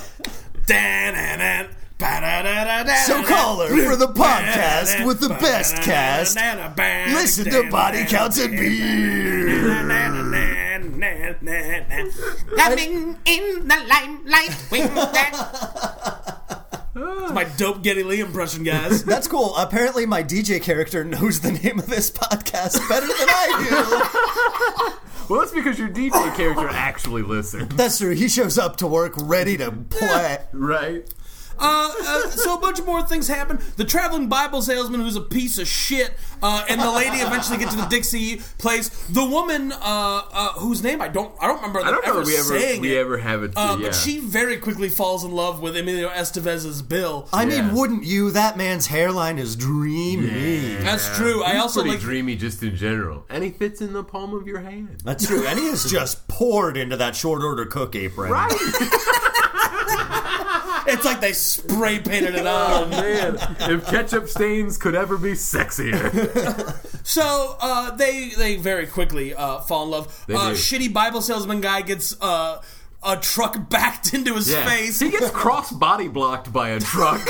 S1: Da-da-da. Ba-da-da-da-da-da.
S3: So, caller, for the podcast with the best cast,
S1: Ba-da-da-da-da-da.
S3: listen to Body Counts and Beer.
S1: Coming in the limelight with that. It's my dope Getty Lee impression, guys.
S3: That's cool. Apparently, my DJ character knows the name of this podcast better than I do.
S2: Well, that's because your DJ character actually listened,
S3: That's true. He shows up to work ready to play.
S2: right?
S1: Uh, uh, so a bunch of more things happen. The traveling Bible salesman, who's a piece of shit, uh, and the lady eventually get to the Dixie place. The woman, uh, uh, whose name I don't, I don't remember.
S2: I don't
S1: ever
S2: know if we ever
S1: saying
S2: we
S1: it.
S2: ever have it.
S1: Uh,
S2: yeah.
S1: But she very quickly falls in love with Emilio Estevez's Bill.
S3: I mean,
S2: Yeah.
S3: wouldn't you? That man's hairline is dreamy.
S1: That's true. I
S2: He's
S1: also
S2: pretty
S1: like.
S2: dreamy just in general, and he fits in the palm of your hand.
S3: That's true. And he is just poured into that short order cook apron.
S1: It's like they spray painted it
S2: Oh
S1: on.
S2: man, if ketchup stains could ever be sexier.
S1: So uh, they they very quickly uh, fall in love. uh,
S2: do.
S1: Shitty Bible salesman guy gets uh, a truck backed into his
S2: Yeah.
S1: face.
S2: He gets cross body blocked by a truck.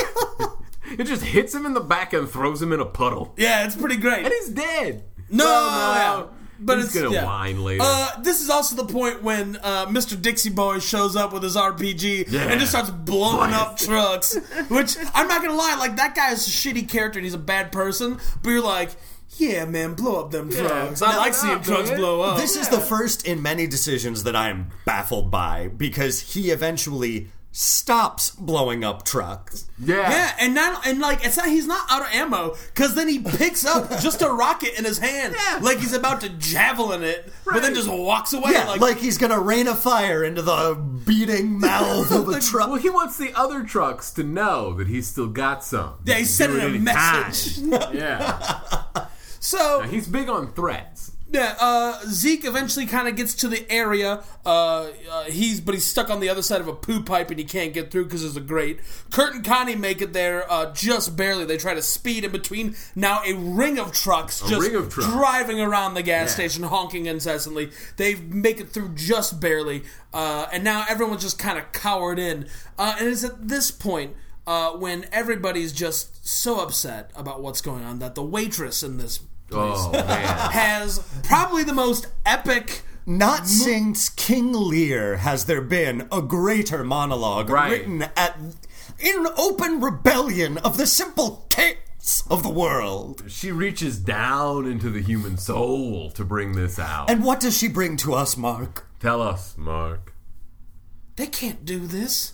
S2: it just hits him in the back and throws him in a puddle.
S1: yeah, it's pretty great.
S2: And he's dead.
S1: No,
S2: Well, no.
S1: But
S2: He's
S1: it's
S2: gonna
S1: yeah.
S2: whine later.
S1: Uh, this is also the point when uh, Mr. Dixie Boy shows up with his RPG
S2: Yeah.
S1: and just starts blowing
S2: Blast.
S1: up trucks. Which I'm not gonna lie, like that guy is a shitty character and he's a bad person. But you're like, yeah, man, blow up them trucks. I
S2: No,
S1: like
S2: no,
S1: seeing
S2: man.
S1: trucks blow up.
S3: This is the first in many decisions that I am baffled by because he eventually stops blowing up trucks.
S2: Yeah.
S1: yeah, and not and like it's not he's not out of ammo because then he picks up just a rocket in his hand,
S2: Yeah.
S1: like he's about to javelin it, but then
S2: Right.
S1: just walks away.
S3: Yeah,
S1: like,
S3: like, he's gonna rain a fire into the beating mouth of a truck.
S2: Well, he wants the other trucks to know that he's still got some.
S1: yeah, he's sending a
S2: Doing it anytime.
S1: message.
S2: yeah.
S1: So
S2: He's big on threats.
S1: Yeah, uh, Zeke eventually kind of gets to the area. Uh, uh, he's but he's stuck on the other side of a poo pipe and he can't get through because there's a grate. Kurt and Connie make it there uh, just barely. They try to speed in between. Now a ring of trucks just
S2: ring of trucks.
S1: driving around the gas
S2: Yeah.
S1: station, honking incessantly. They make it through just barely, uh, and now everyone's just kind of cowered in. Uh, and it's at this point. Uh, when everybody's just so upset about what's going on, that the waitress in this
S2: Oh man.
S1: has probably the most epic.
S3: Not since King Lear has there been a greater monologue
S2: Right.
S3: written at in open rebellion of the simple cares of the world.
S2: she reaches down into the human soul to bring this out.
S3: And what does she bring to us, Mark?
S2: Tell us, Mark.
S1: They can't do this.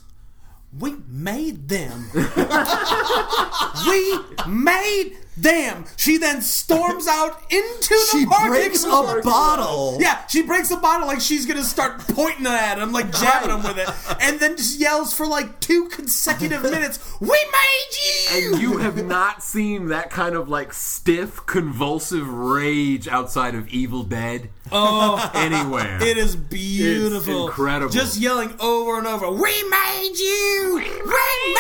S1: We made them. we made them. She then storms out into the
S3: She
S1: parking
S3: breaks
S1: lot.
S3: a bottle.
S1: Yeah, she breaks the bottle like she's gonna start pointing at him, like jabbing him with it, and then just yells for like two consecutive minutes. We made you.
S2: And you have not seen that kind of like stiff, convulsive rage outside of Evil Dead. Oh, anywhere.
S1: It is beautiful.
S2: It's incredible.
S1: Just yelling over and over, We made you! We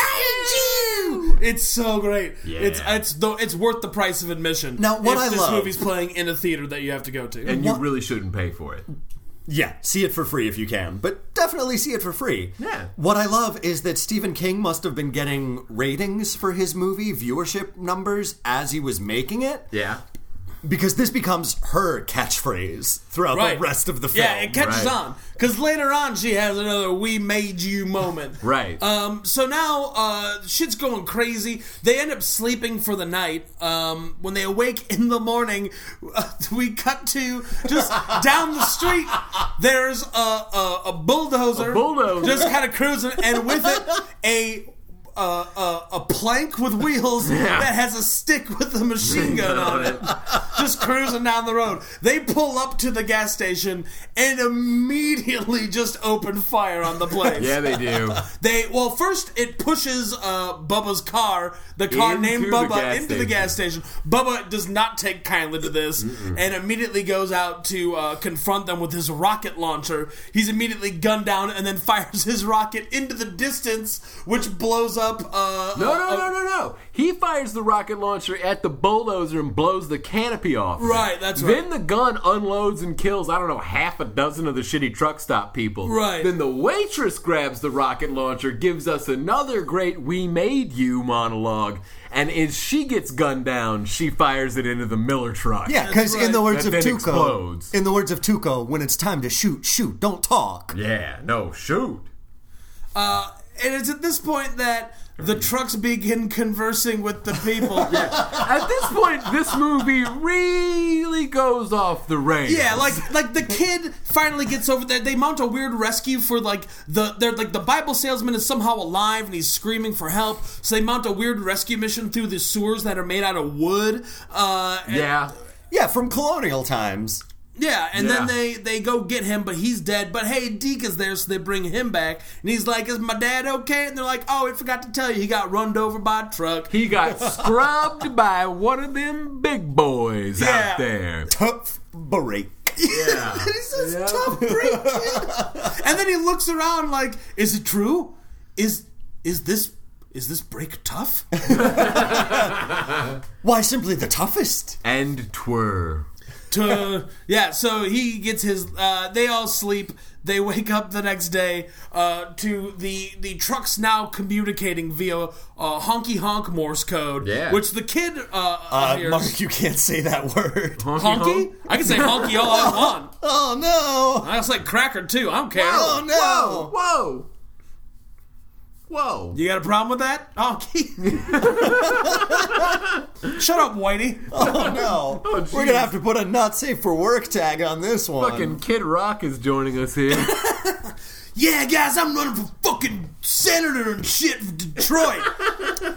S1: made you! It's so great.
S2: Yeah.
S1: It's it's the, it's worth the price of admission.
S3: Now, what
S1: if
S3: I
S1: this
S3: love-
S1: movie's playing in a theater that you have to go to.
S2: And you really shouldn't pay for it.
S3: Yeah, see it for free if you can, but definitely see it for free.
S2: Yeah.
S3: What I love is that Stephen King must have been getting ratings for his movie, viewership numbers, as he was making it,
S2: Yeah.
S3: because this becomes her catchphrase throughout the rest of the film.
S1: Yeah, it catches
S2: Right.
S1: on because later on she has another "we made you" moment.
S2: Right.
S1: Um. So now, uh, shit's going crazy. They end up sleeping for the night. Um. When they awake in the morning, we cut to just down the street. There's a a, a bulldozer,
S2: A bulldozer.
S1: just kind of cruising, and with it a. A a, a, a plank with wheels that has a stick with a machine gun on it, just cruising down the road. They pull up to the gas station and immediately just open fire on the place.
S2: Yeah, they do.
S1: They well, first it pushes uh, Bubba's car, the car
S2: Into
S1: named
S2: the
S1: Bubba,
S2: gas
S1: into the gas station. Bubba does not take kindly to this, and immediately goes out to uh, confront them with his rocket launcher. He's immediately gunned down, and then fires his rocket into the distance, which blows up. Uh,
S2: No,
S1: uh,
S2: no,
S1: uh,
S2: no, no, no. He fires the rocket launcher at the bulldozer and blows the canopy off. of it.
S1: Right, that's
S2: Then the gun unloads and kills, I don't know, half a dozen of the shitty truck stop people.
S1: Right.
S2: Then the waitress grabs the rocket launcher, gives us another great We Made You monologue, and as she gets gunned down, she fires it into the Miller truck.
S3: Yeah, because in the
S1: right.
S3: words
S2: That
S3: of
S2: then
S3: Tuco,
S2: explodes.
S3: in the words of Tuco, when it's time to shoot, shoot, don't talk.
S2: Yeah, no, shoot.
S1: Uh, and it's at this point that the trucks begin conversing with the people.
S2: At this point, this movie really goes off the rails.
S1: Yeah, like like the kid finally gets over there. They mount a weird rescue for like the they're like the Bible salesman is somehow alive and he's screaming for help. So they mount a weird rescue mission through the sewers that are made out of wood. Uh, and-
S2: Yeah.
S3: Yeah, from colonial times.
S1: yeah, and then
S2: Yeah.
S1: they they go get him, but he's dead. But hey, Deke is there, so they bring him back, and he's like, "Is my dad okay?" And they're like, "Oh, we forgot to tell you, he got runned over by a truck."
S2: He got scrubbed by one of them big boys
S1: Yeah.
S2: out there.
S3: Tough break.
S2: Yeah.
S1: He says,
S2: Yeah.
S1: "Tough break, kid." and then he looks around like, "Is it true? Is is this is this break tough?"
S3: Why, simply the toughest.
S2: And twir.
S1: to yeah so he gets his uh, they all sleep they wake up the next day uh, to the the trucks now communicating via uh, honky honk morse code
S2: Yeah.
S1: which the kid uh,
S3: Uh,
S1: uh, hears.
S3: Mark, you can't say that word.
S1: honky
S2: honk?
S1: i can say honky all i want
S3: Oh no!
S1: i can say cracker too i don't care
S3: Oh no!
S2: Whoa! Whoa!
S1: you got a problem with that Oh, honky shut up whitey
S3: Oh no! We're
S2: geez.
S3: gonna have to put a not safe for work tag on this one.
S2: Fucking Kid Rock is joining us here.
S1: yeah guys i'm running for fucking senator and shit for detroit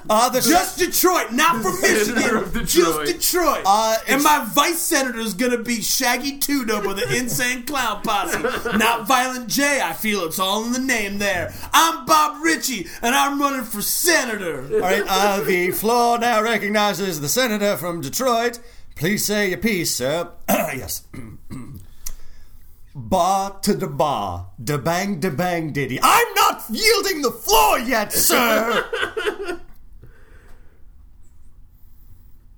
S3: uh, the
S1: Just Detroit, not from
S2: Senator
S1: Michigan.
S2: of
S1: Just
S2: Detroit.
S1: Detroit.
S3: Uh,
S1: and
S3: it's-
S1: my vice senator is going to be Shaggy Two Dope of the Insane Clown Posse, not Violent J. I feel it's all in the name there. I'm Bob Ritchie, and I'm running for senator.
S3: All right, uh, the floor now recognizes the senator from Detroit. Please say your piece, sir. yes. bar to the bar, da bang, da bang, diddy. I'm not yielding the floor yet, sir.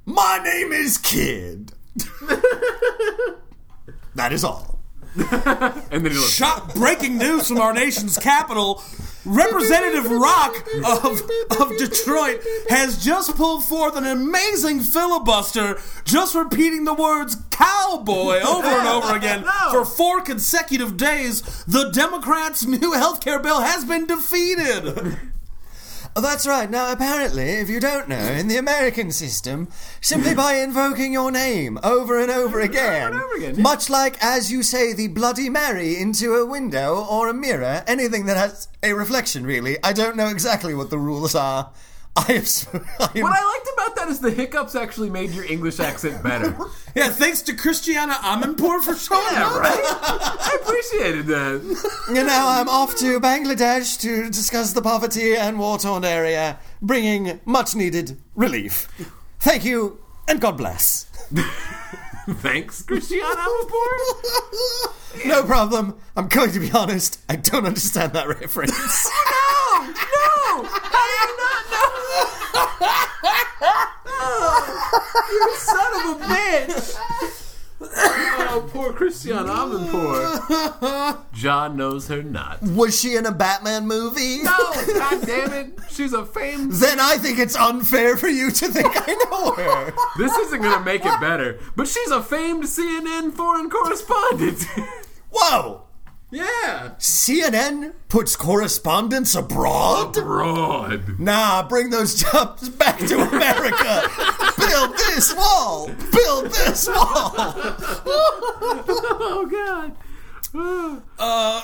S3: My name is Kid. that is all.
S2: and then he looks.
S1: Top breaking news from our nation's capital. Representative Rock of, of Detroit has just pulled forth an amazing filibuster, just repeating the words cowboy over and over again for four consecutive days. The Democrats' new healthcare bill has been defeated.
S3: Oh, that's right. Now, apparently, if you don't know, in the American system, simply by invoking your name over and over again,
S2: and over again, yeah.
S3: much like as you say the Bloody Mary into a window or a mirror, anything that has a reflection, really. I don't know exactly what the rules are. I have. s- I am-
S2: What I liked about that is the hiccups actually made your English accent better.
S1: Yeah, thanks to Christiana Amanpour for showing
S2: yeah,
S1: up.
S2: right? I appreciated that.
S3: and now I'm off to Bangladesh to discuss the poverty and war torn area, bringing much needed relief. Thank you, and God bless.
S2: Thanks, Cristiano Amanpour.
S3: No problem. I'm going to be honest. I don't understand that reference.
S2: No, no. How do you not know? you son of a bitch. Oh, poor Christiane Amanpour. John knows her not. No,
S3: Was she in a Batman movie?
S2: god damn it. She's a fan.
S3: Then I think it's unfair for you to think I know her.
S2: This isn't gonna make it better, but she's a famed CNN foreign correspondent.
S3: Whoa!
S2: yeah.
S3: CNN puts correspondence abroad?
S2: Broad.
S3: Nah, bring those jobs back to America. Build this wall. Build this wall.
S2: Oh god.
S1: Uh,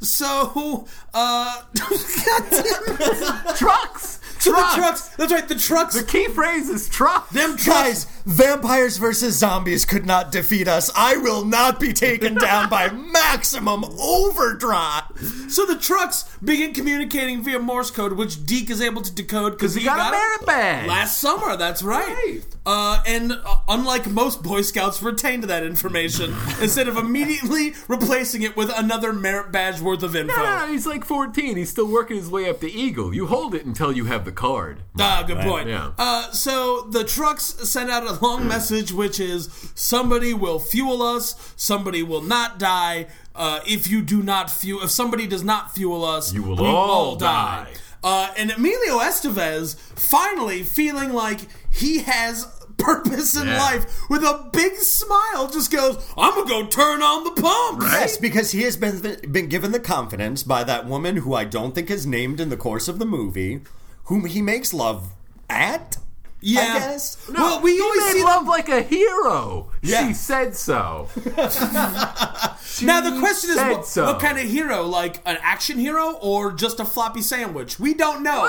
S1: so, uh, God damn it.
S2: Trucks!
S1: So the
S2: Trucks!
S1: trucks. That's right, the trucks.
S2: The key phrase is trucks!
S1: them trucks.
S3: Guys, vampires versus zombies could not defeat us. I will not be taken down by maximum overdrive.
S1: So the trucks begin communicating via Morse code, which Deke is able to decode because
S2: he got a merit badge.
S1: last summer. That's right.
S2: Right.
S1: Uh, and uh, unlike most Boy Scouts, retained that information instead of immediately replacing it with another merit badge worth of info.
S2: No, no, no, he's like 14. He's still working his way up to Eagle. You hold it until you have the card.
S1: Ah, good point.
S2: yeah.
S1: Uh, so the trucks sent out a
S2: Hmm.
S1: long message, which is somebody will fuel us, somebody will not die. Uh, if you do not fuel, if somebody does not fuel us,
S2: You will
S1: we
S2: all die.
S1: Uh, and Emilio Estevez finally feeling like he has purpose in
S2: Yeah.
S1: life with a big smile just goes, I'm gonna go turn on the pumps.
S3: Yes, because he has been been given the confidence by that woman who I don't think is named in the course of the movie, whom he makes love at.
S1: Yeah.
S3: I guess.
S1: well, we
S2: he
S1: always
S2: made
S1: see
S2: love like a hero.
S3: Yeah.
S2: She said so. She
S1: Now the question is,
S2: said
S1: what,
S2: so.
S1: what kind of hero? Like an action hero or just a floppy sandwich? We don't know.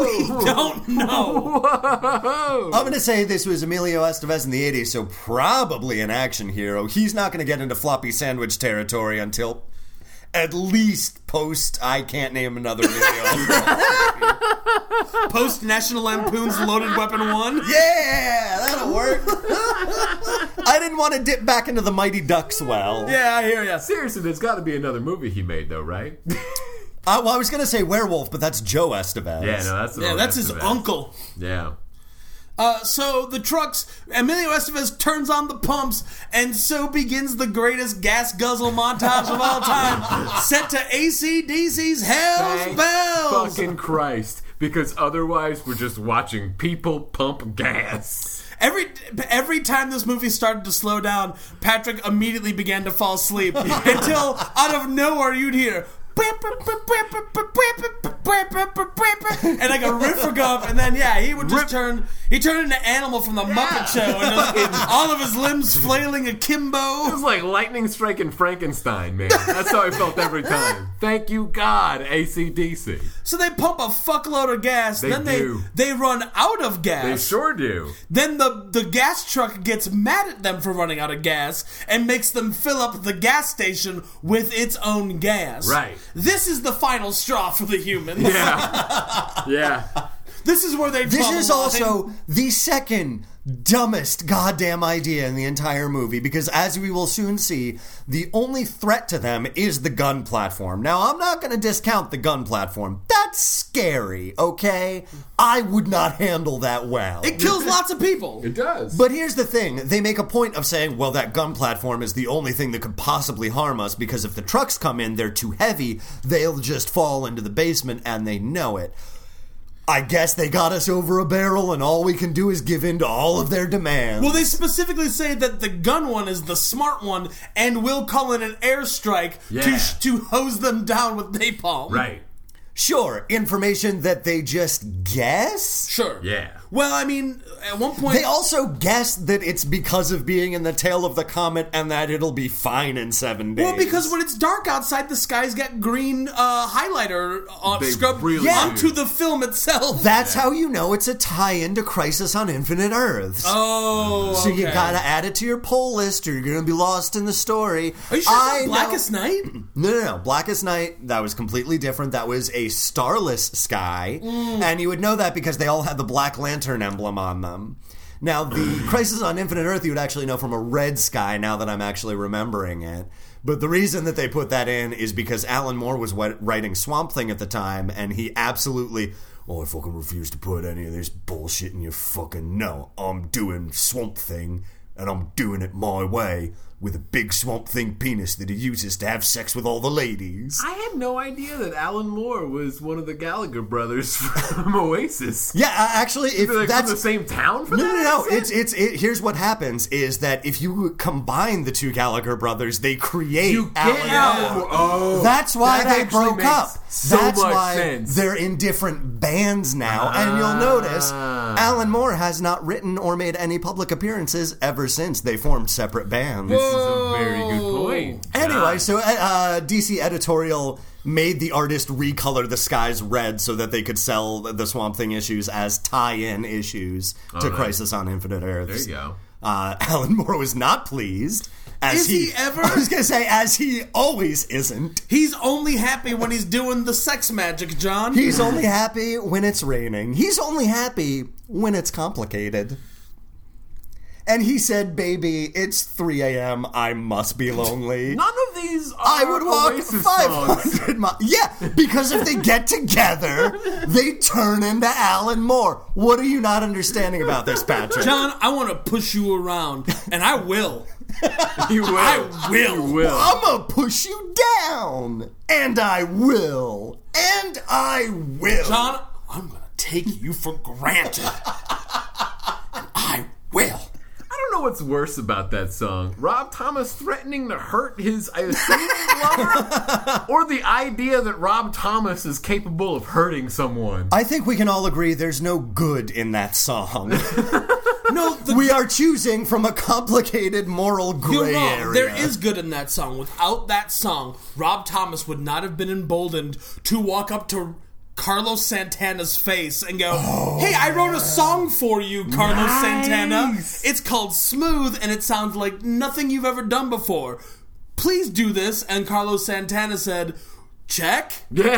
S1: We don't know.
S3: I'm going to say this was Emilio Estevez in the 80s, so probably an action hero. He's not going to get into floppy sandwich territory until at least post I can't name another Emilio Estevez.
S1: Post National Lampoon's Loaded Weapon One.
S3: Oh, yeah, that'll work. I didn't want to dip back into the Mighty Ducks well.
S1: Yeah, I hear ya.
S2: Seriously, there's got to be another movie he made, though, right?
S3: I, Uh, well, I was going to say Werewolf, but that's Joe Estevez.
S2: Yeah, no, that's the
S1: Yeah,
S2: wrong
S1: that's his
S2: Estevez.
S1: uncle.
S2: Yeah.
S1: Uh, so the trucks, Emilio Estevez turns on the pumps, and so begins the greatest gas guzzle montage of all time, set to ACDC's Hell's
S2: Thank
S1: Bells.
S2: Fucking Christ. Because otherwise, we're just watching people pump gas.
S1: Every every time this movie started to slow down, Patrick immediately began to fall asleep until out of nowhere you'd hear. And like a riff would go up, and then yeah, he would just turn. He turned into Animal from the Muppet Show, and just, all of his limbs flailing
S2: It
S1: akimbo.
S2: was like lightning striking Frankenstein, man. That's how I felt every time. Thank you, God, ACDC.
S1: So they pump a fuckload of gas,
S2: They
S1: then
S2: do.
S1: they they run out of
S2: They
S1: gas.
S2: sure do.
S1: Then the, the gas truck gets mad at them for running out of gas and makes them fill up the gas station with its own gas.
S2: Right.
S1: This is the final straw for the humans.
S2: Yeah. Yeah.
S1: This is where they
S3: This
S1: draw the
S3: is
S1: line.
S3: also the second dumbest goddamn idea in the entire movie because, as we will soon see, the only threat to them is the gun platform. Now, I'm not going to discount the gun platform. That's scary, okay? I would not handle that well.
S1: It kills lots of people.
S2: It does.
S3: But here's the thing they make a point of saying, well, that gun platform is the only thing that could possibly harm us because if the trucks come in, they're too heavy, they'll just fall into the basement and they know it. I guess they got us over a barrel, and all we can do is give in to all of their demands.
S1: Well, they specifically say that the gun one is the smart one and will call in an airstrike to,
S2: Yeah.
S1: sh- to hose them down with napalm.
S2: right.
S3: sure, information that they just guess?
S1: Sure.
S2: Yeah.
S1: Well, I mean, at one point.
S3: They also guess that it's because of being in the tail of the comet and that it'll be fine in seven days.
S1: Well, because when it's dark outside, the sky's got green uh, highlighter on,
S2: They
S1: scrubbed
S2: really
S1: onto
S2: do.
S1: the film itself.
S3: That's how you know it's a tie in to Crisis on Infinite Earths.
S1: oh,
S3: So you
S1: okay.
S3: gotta add it to your poll list, or you're gonna be lost in the story.
S1: Are you sure it's
S3: know-
S1: not Blackest Night?
S3: No, no, no. Blackest Night. That was completely different. That was a starless sky, and you would know that because they all had the Black Lantern emblem on them. Now, the Crisis on Infinite Earth, you would actually know from a red sky. Now that I'm actually remembering it, but the reason that they put that in is because Alan Moore was wi- writing Swamp Thing at the time, and he absolutely. Oh, I fucking refuse to put any of this bullshit in your fucking. No, I'm doing Swamp Thing and I'm doing it my way with a big swamp thing penis that he uses to have sex with all the ladies.
S2: I had no idea that Alan Moore was one of the Gallagher brothers from Oasis.
S3: Yeah, uh, actually, if
S2: They're like from
S3: that's
S2: the same town for
S3: no,
S2: that?
S3: no, no,
S2: accent?
S3: it's it's it, here's what happens is that if you combine the two Gallagher brothers, they create
S2: You get
S3: Alan
S2: Alan
S3: Moore.
S2: Moore. Oh,
S3: That's why
S2: that
S3: they
S2: actually
S3: broke
S2: makes
S3: up.
S2: So
S3: That's
S2: much
S3: why
S2: sense. Ah.
S3: they're in different bands now, and you'll notice Alan Moore has not written or made any public appearances ever since they formed separate bands.
S2: This is a very good point. Hey,
S3: Anyway, so uh, uh, DC editorial made the artist recolor the skies red so that they could sell the Swamp Thing issues as tie-in issues to
S2: right.
S3: Crisis on Infinite Earths.
S2: There you go.
S3: Uh, Alan Moore was not pleased. As
S1: Is he ever?
S3: I was going to say, as he always isn't.
S1: He's only happy when he's doing the sex magic, John.
S3: He's only happy when it's raining. He's only happy when it's complicated. And he said, "Baby, it's 3 a.m. I must be lonely."
S2: none of these are
S3: I would walk
S2: Oasis songs.
S3: 500 miles. Yeah, because if they get together, they turn into Alan Moore. What are you not understanding about this, Patrick?
S1: John, I want to push you around, and I will.
S2: You will.
S1: I will.
S2: You will.
S3: I'm gonna push you down, and I will, and I will.
S1: John, I'm going to take you for granted. And I will.
S2: I don't know what's worse about that song. Rob Thomas threatening to hurt his I assume lover or the idea that Rob Thomas is capable of hurting someone.
S3: I think we can all agree there's no good in that song.
S1: No, the,
S3: we are choosing from a complicated moral gray
S1: you're wrong.
S3: area.
S1: There is good in that song. Without that song, Rob Thomas would not have been emboldened to walk up to Carlos Santana's face and go, Hey, I wrote a song for you, Carlos Santana. It's called Smooth, and it sounds like nothing you've ever done before. Please do this. And Carlos Santana said, Check?
S2: yeah.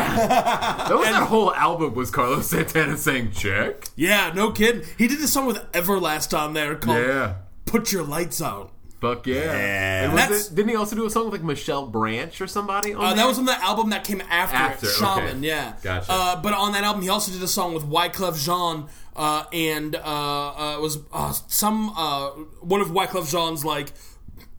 S2: That was that whole album was Carlos Santana saying check.
S1: Yeah, no kidding. He did a song with Everlast on there called
S2: Yeah.
S1: Put Your Lights Out.
S2: Fuck yeah.
S3: Yeah.
S2: And was
S1: That's-
S2: it- didn't he also do a song with like Michelle Branch or somebody? on
S1: Uh, that
S2: there?
S1: was on the album that came after,
S2: After,
S1: it, Shaman,
S2: okay.
S1: yeah.
S2: Gotcha.
S1: Uh, but on that album, he also did a song with Wyclef Jean, uh, and uh, uh, it was uh, some uh, one of Wyclef Jean's like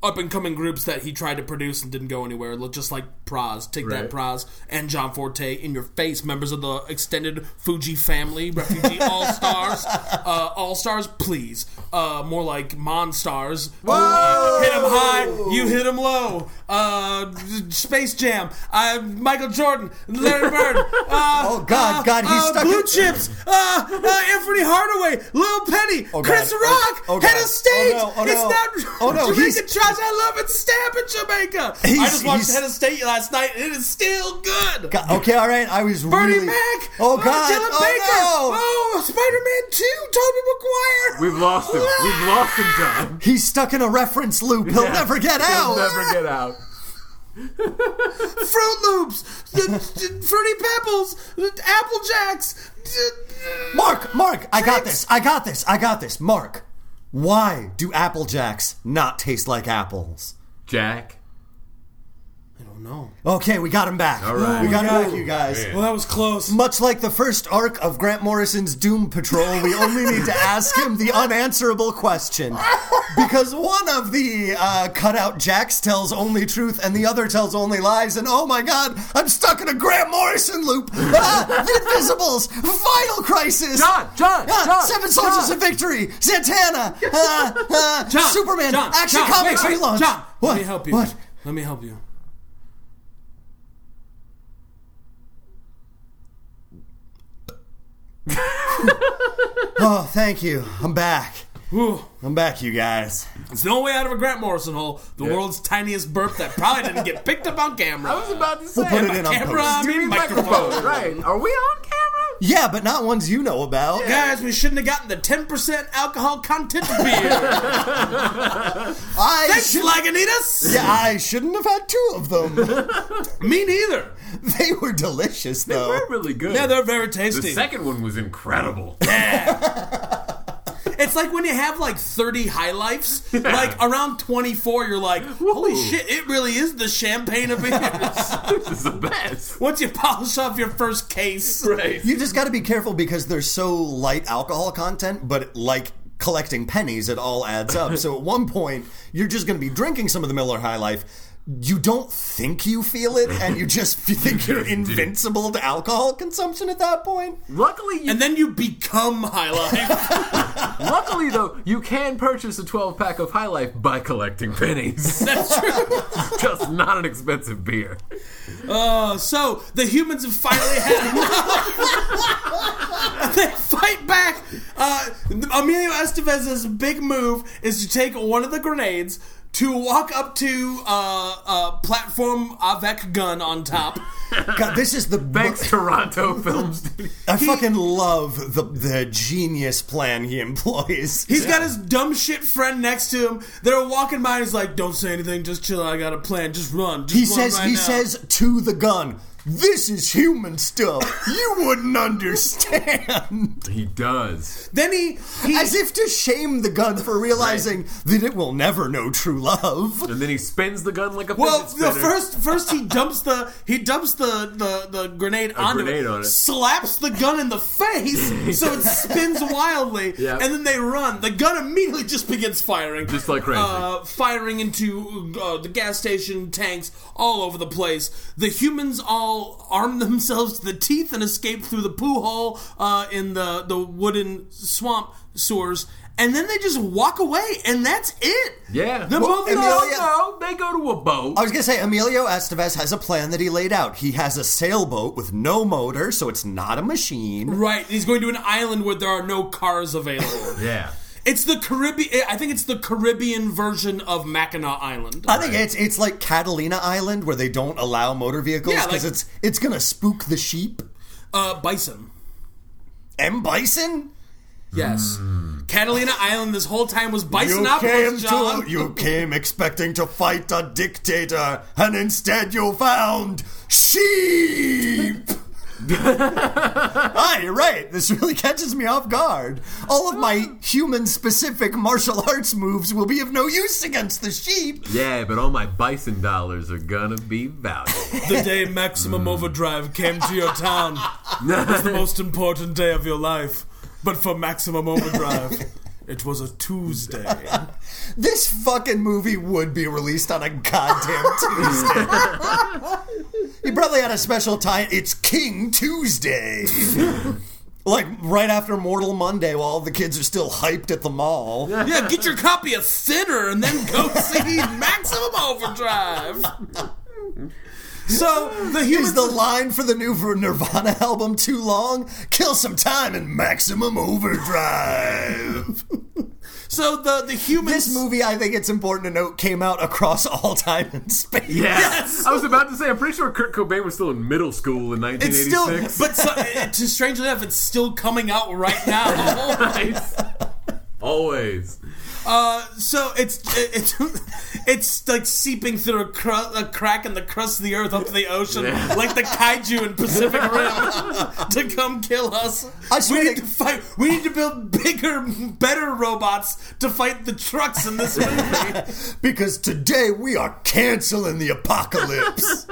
S1: up and coming groups that he tried to produce and didn't go anywhere. Look, Just like Praz, take
S2: Right.
S1: that Praz, and John Forte in your face, members of the extended Fuji family, refugee all stars, uh, all stars, please. Uh, more like Monstars.
S3: Whoa!
S1: Hit 'em high, you hit him low. Uh, Space Jam. Uh, Michael Jordan. Larry Bird. Uh,
S3: Oh, God,
S1: uh,
S3: God, he's
S1: uh,
S3: stuck
S1: Blue
S3: in-
S1: Chips. Uh, uh, Anthony Hardaway. Lil Penny.
S3: Oh, God.
S1: Chris
S3: Oh,
S1: Rock.
S3: oh,
S1: head
S3: God.
S1: of stage.
S3: Oh, no, oh, no.
S1: It's not
S3: Oh, no,
S1: Jamaica
S3: he's-
S1: Josh. I love it. Stab in Jamaica.
S3: He's-
S1: I just watched
S3: he's-
S1: head of state last night. and It is still good.
S3: God, okay, all right. I was
S1: Bernie
S3: really.
S1: Mac. Uh,
S3: Oh God!
S1: Dylan
S3: oh,
S1: Baker.
S3: no.
S1: Oh, Spider-Man 2. Tobey Maguire.
S2: We've lost him. We've lost him, John.
S3: He's stuck in a reference loop. He'll
S2: Yeah.
S3: never get
S2: He'll
S3: out.
S2: never get out.
S1: Fruit Loops, d- d- Fruity Pebbles, d- Apple Jacks. d- d-
S3: Mark, Mark, I got this. I got this. I got this. Mark, why do Apple Jacks not taste like apples?
S2: Jack.
S1: I don't know.
S3: Okay, we got him back. All
S2: right.
S3: we got him
S1: Oh,
S3: back, you guys.
S2: man.
S1: Well, that was close.
S3: Much like the first arc of Grant Morrison's Doom Patrol, we only need to ask him the unanswerable question. Because one of the uh, cutout jacks tells only truth and the other tells only lies, and oh my god, I'm stuck in a Grant Morrison loop! Ah, the Invisibles! Vital Crisis!
S2: John, John,
S3: Ah,
S2: John,
S3: Seven Soldiers
S2: John.
S3: of Victory! Santana! Uh, uh, Superman! Action
S1: John,
S3: Comics
S1: wait, wait,
S3: relaunch!
S1: John,
S3: what?
S1: let me help you.
S3: What?
S1: Let me help you.
S3: Oh, thank you. I'm back.
S1: Whew.
S3: I'm back, you guys.
S1: It's the only way out of a Grant Morrison hole. The world's tiniest burp that probably didn't get picked up on
S2: I
S1: camera.
S2: was about to say.
S3: We'll put it in on
S1: Camera,
S3: post.
S1: I mean microphone.
S2: right. Are we on camera?
S3: Yeah, but not ones you know about.
S1: Guys, we shouldn't have gotten the 10% alcohol content beer.
S3: I
S1: Thanks,
S3: should-
S1: Lagunitas.
S3: Yeah, I shouldn't have had two of them.
S1: Me neither.
S3: they were delicious,
S2: They
S3: though.
S2: were really good.
S1: Yeah, they're very
S2: the
S1: tasty.
S2: second one was incredible.
S1: It's like when you have like 30 high lifes, like around 24, you're like, holy
S2: Woo.
S1: shit, it really is the champagne of beers.
S2: this is the best.
S1: Once you polish off your first case.
S2: Right.
S3: You just got to be careful because they're so light alcohol content, but like collecting pennies, it all adds up. so at one point, you're just going to be drinking some of the Miller High Life. You don't think you feel it, and you just think you're
S2: just do.
S3: invincible to alcohol consumption at that point.
S2: Luckily, you,
S1: And then you become high life.
S2: luckily though, you can purchase a 12 pack of High Life by collecting pennies.
S1: That's true.
S2: Just not an expensive beer.
S1: Uh, so the humans have finally had enough. they fight back. Uh, Emilio Estevez's big move is to take one of the grenades, to walk up to uh, a platform avec gun on top.
S3: God, this is the
S2: Thanks, Toronto Film Studio.
S3: I fucking love the the genius plan he employs.
S1: He's got his dumb shit friend next to him. They're walking by and he's like, "Don't say anything. Just chill. I got a plan. Just run." Just
S3: he
S1: run
S3: says
S1: right
S3: he
S1: now."
S3: says to the gun, "This is human stuff. You wouldn't understand."
S2: He does.
S1: Then he he
S3: As if to shame the gun for realizing that it will never know true love.
S2: And then he spins the gun like a
S1: Well,
S2: fidget
S1: the
S2: spinner.
S1: first first he dumps the he dumps the the, the grenade onto
S2: grenade
S1: it,
S2: on it.
S1: slaps the gun in the face so it spins wildly,
S2: Yeah.
S1: and then they run. The gun immediately just begins firing,
S2: Just like crazy.
S1: uh, firing into uh, the gas station tanks all over the place. The humans all arm themselves to the teeth and escape through the poo hole uh, in the the wooden swamp sewers. And then they just walk away, and that's it.
S2: Yeah.
S1: the
S2: Well,
S1: movie.
S2: no,
S3: Amelia-
S2: no, they go to a boat.
S3: I was gonna say Emilio Estevez has a plan that he laid out. He has a sailboat with no motor, so it's not a machine.
S1: Right, he's going to an island where there are no cars available.
S2: yeah.
S1: it's the Caribbean. I think it's the Caribbean version of Mackinac Island.
S3: I think it's it's like Catalina Island where they don't allow motor vehicles
S1: Yeah,
S3: because
S1: like-
S3: it's it's gonna spook the sheep.
S1: Uh, bison.
S3: M Bison.
S1: Yes,
S3: Hmm.
S1: Catalina Island. This whole time was Bisonopolis, John.
S3: you came expecting to fight a dictator, and instead you found sheep. ah, you're right. This really catches me off guard. All of my human-specific martial arts moves will be of no use against the sheep.
S2: Yeah, but all my bison dollars are gonna be valuable.
S1: the day
S3: Hmm.
S1: Maximum Overdrive came to your town was the most important day of your life. But for Maximum Overdrive, it was a Tuesday.
S3: This fucking movie would be released on a goddamn Tuesday. he probably had a special time. It's King Tuesday. like right after Mortal Monday while all the kids are still hyped at the mall.
S1: yeah, get your copy of Thinner and then go see Maximum Overdrive. So the humans
S3: Is the line for the new Nirvana album too long? Kill some time in maximum overdrive.
S1: So the the humans.
S3: this movie, I think it's important to note, came out across all time and space.
S2: Yeah.
S1: Yes.
S2: I was about to say, I'm pretty sure Kurt Cobain was still in middle school in
S1: It's still,
S2: 1986.
S1: but so, it- to strangely enough, it's still coming out right now.
S2: Always.
S1: Uh, so it's it's it's like seeping through a, cru- a crack in the crust of the earth up to the ocean,
S2: Yeah.
S1: like the kaiju in Pacific Rim, to come kill us.
S3: I swear
S1: we need
S3: to-
S1: to fight. We need to build bigger, better robots to fight the trucks in this movie.
S3: Because today we are canceling the apocalypse.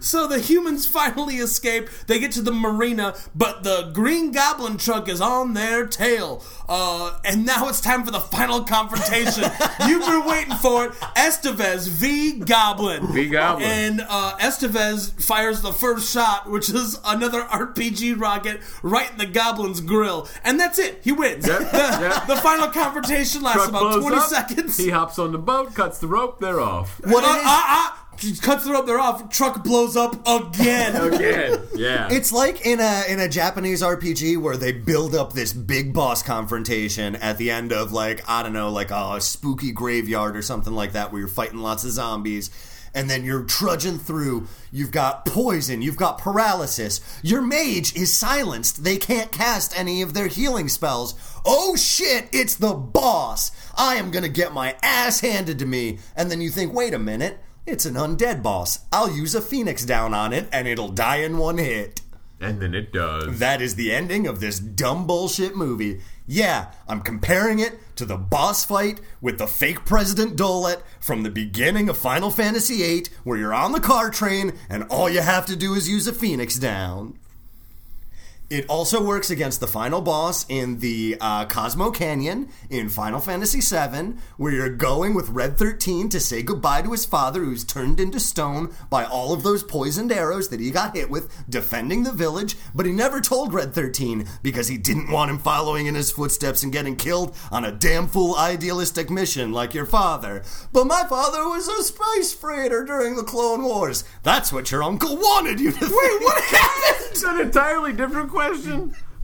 S1: So the humans finally escape. They get to the marina, but the green goblin truck is on their tail. Uh, and now it's time for the final confrontation. You've been waiting for it. Estevez v. Goblin.
S2: V. Goblin.
S1: And uh, Estevez fires the first shot, which is another RPG rocket right in the goblin's grill. And that's it. He wins.
S2: Yep,
S1: The,
S2: yep.
S1: the final confrontation lasts
S2: Truck
S1: about
S2: blows
S1: 20
S2: up,
S1: seconds.
S2: He hops on the boat, cuts the rope, they're off.
S3: What
S1: uh,
S3: it is-
S1: uh, uh, cuts the rope, they're off. Truck blows up again.
S2: Again. Yeah.
S3: It's like in a in a Japanese RPG where they build up this big boss confrontation at the end of like I don't know like a spooky graveyard or something like that where you're fighting lots of zombies and then you're trudging through you've got poison you've got paralysis your mage is silenced they can't cast any of their healing spells oh shit it's the boss i am going to get my ass handed to me and then you think wait a minute it's an undead boss. I'll use a phoenix down on it and it'll die in one hit.
S2: and then it does.
S3: That is the ending of this dumb bullshit movie. Yeah, I'm comparing it to the boss fight with the fake President Dolet from the beginning of Final Fantasy VIII, where you're on the car train and all you have to do is use a phoenix down. It also works against the final boss in the uh, Cosmo Canyon in Final Fantasy VII, where you're going with Red 13 to say goodbye to his father, who's turned into stone by all of those poisoned arrows that he got hit with, defending the village. But he never told Red 13 because he didn't want him following in his footsteps and getting killed on a damn fool idealistic mission like your father. But my father was a space freighter during the Clone Wars. That's what your uncle wanted you to Wait, what happened?
S2: It's an entirely different question.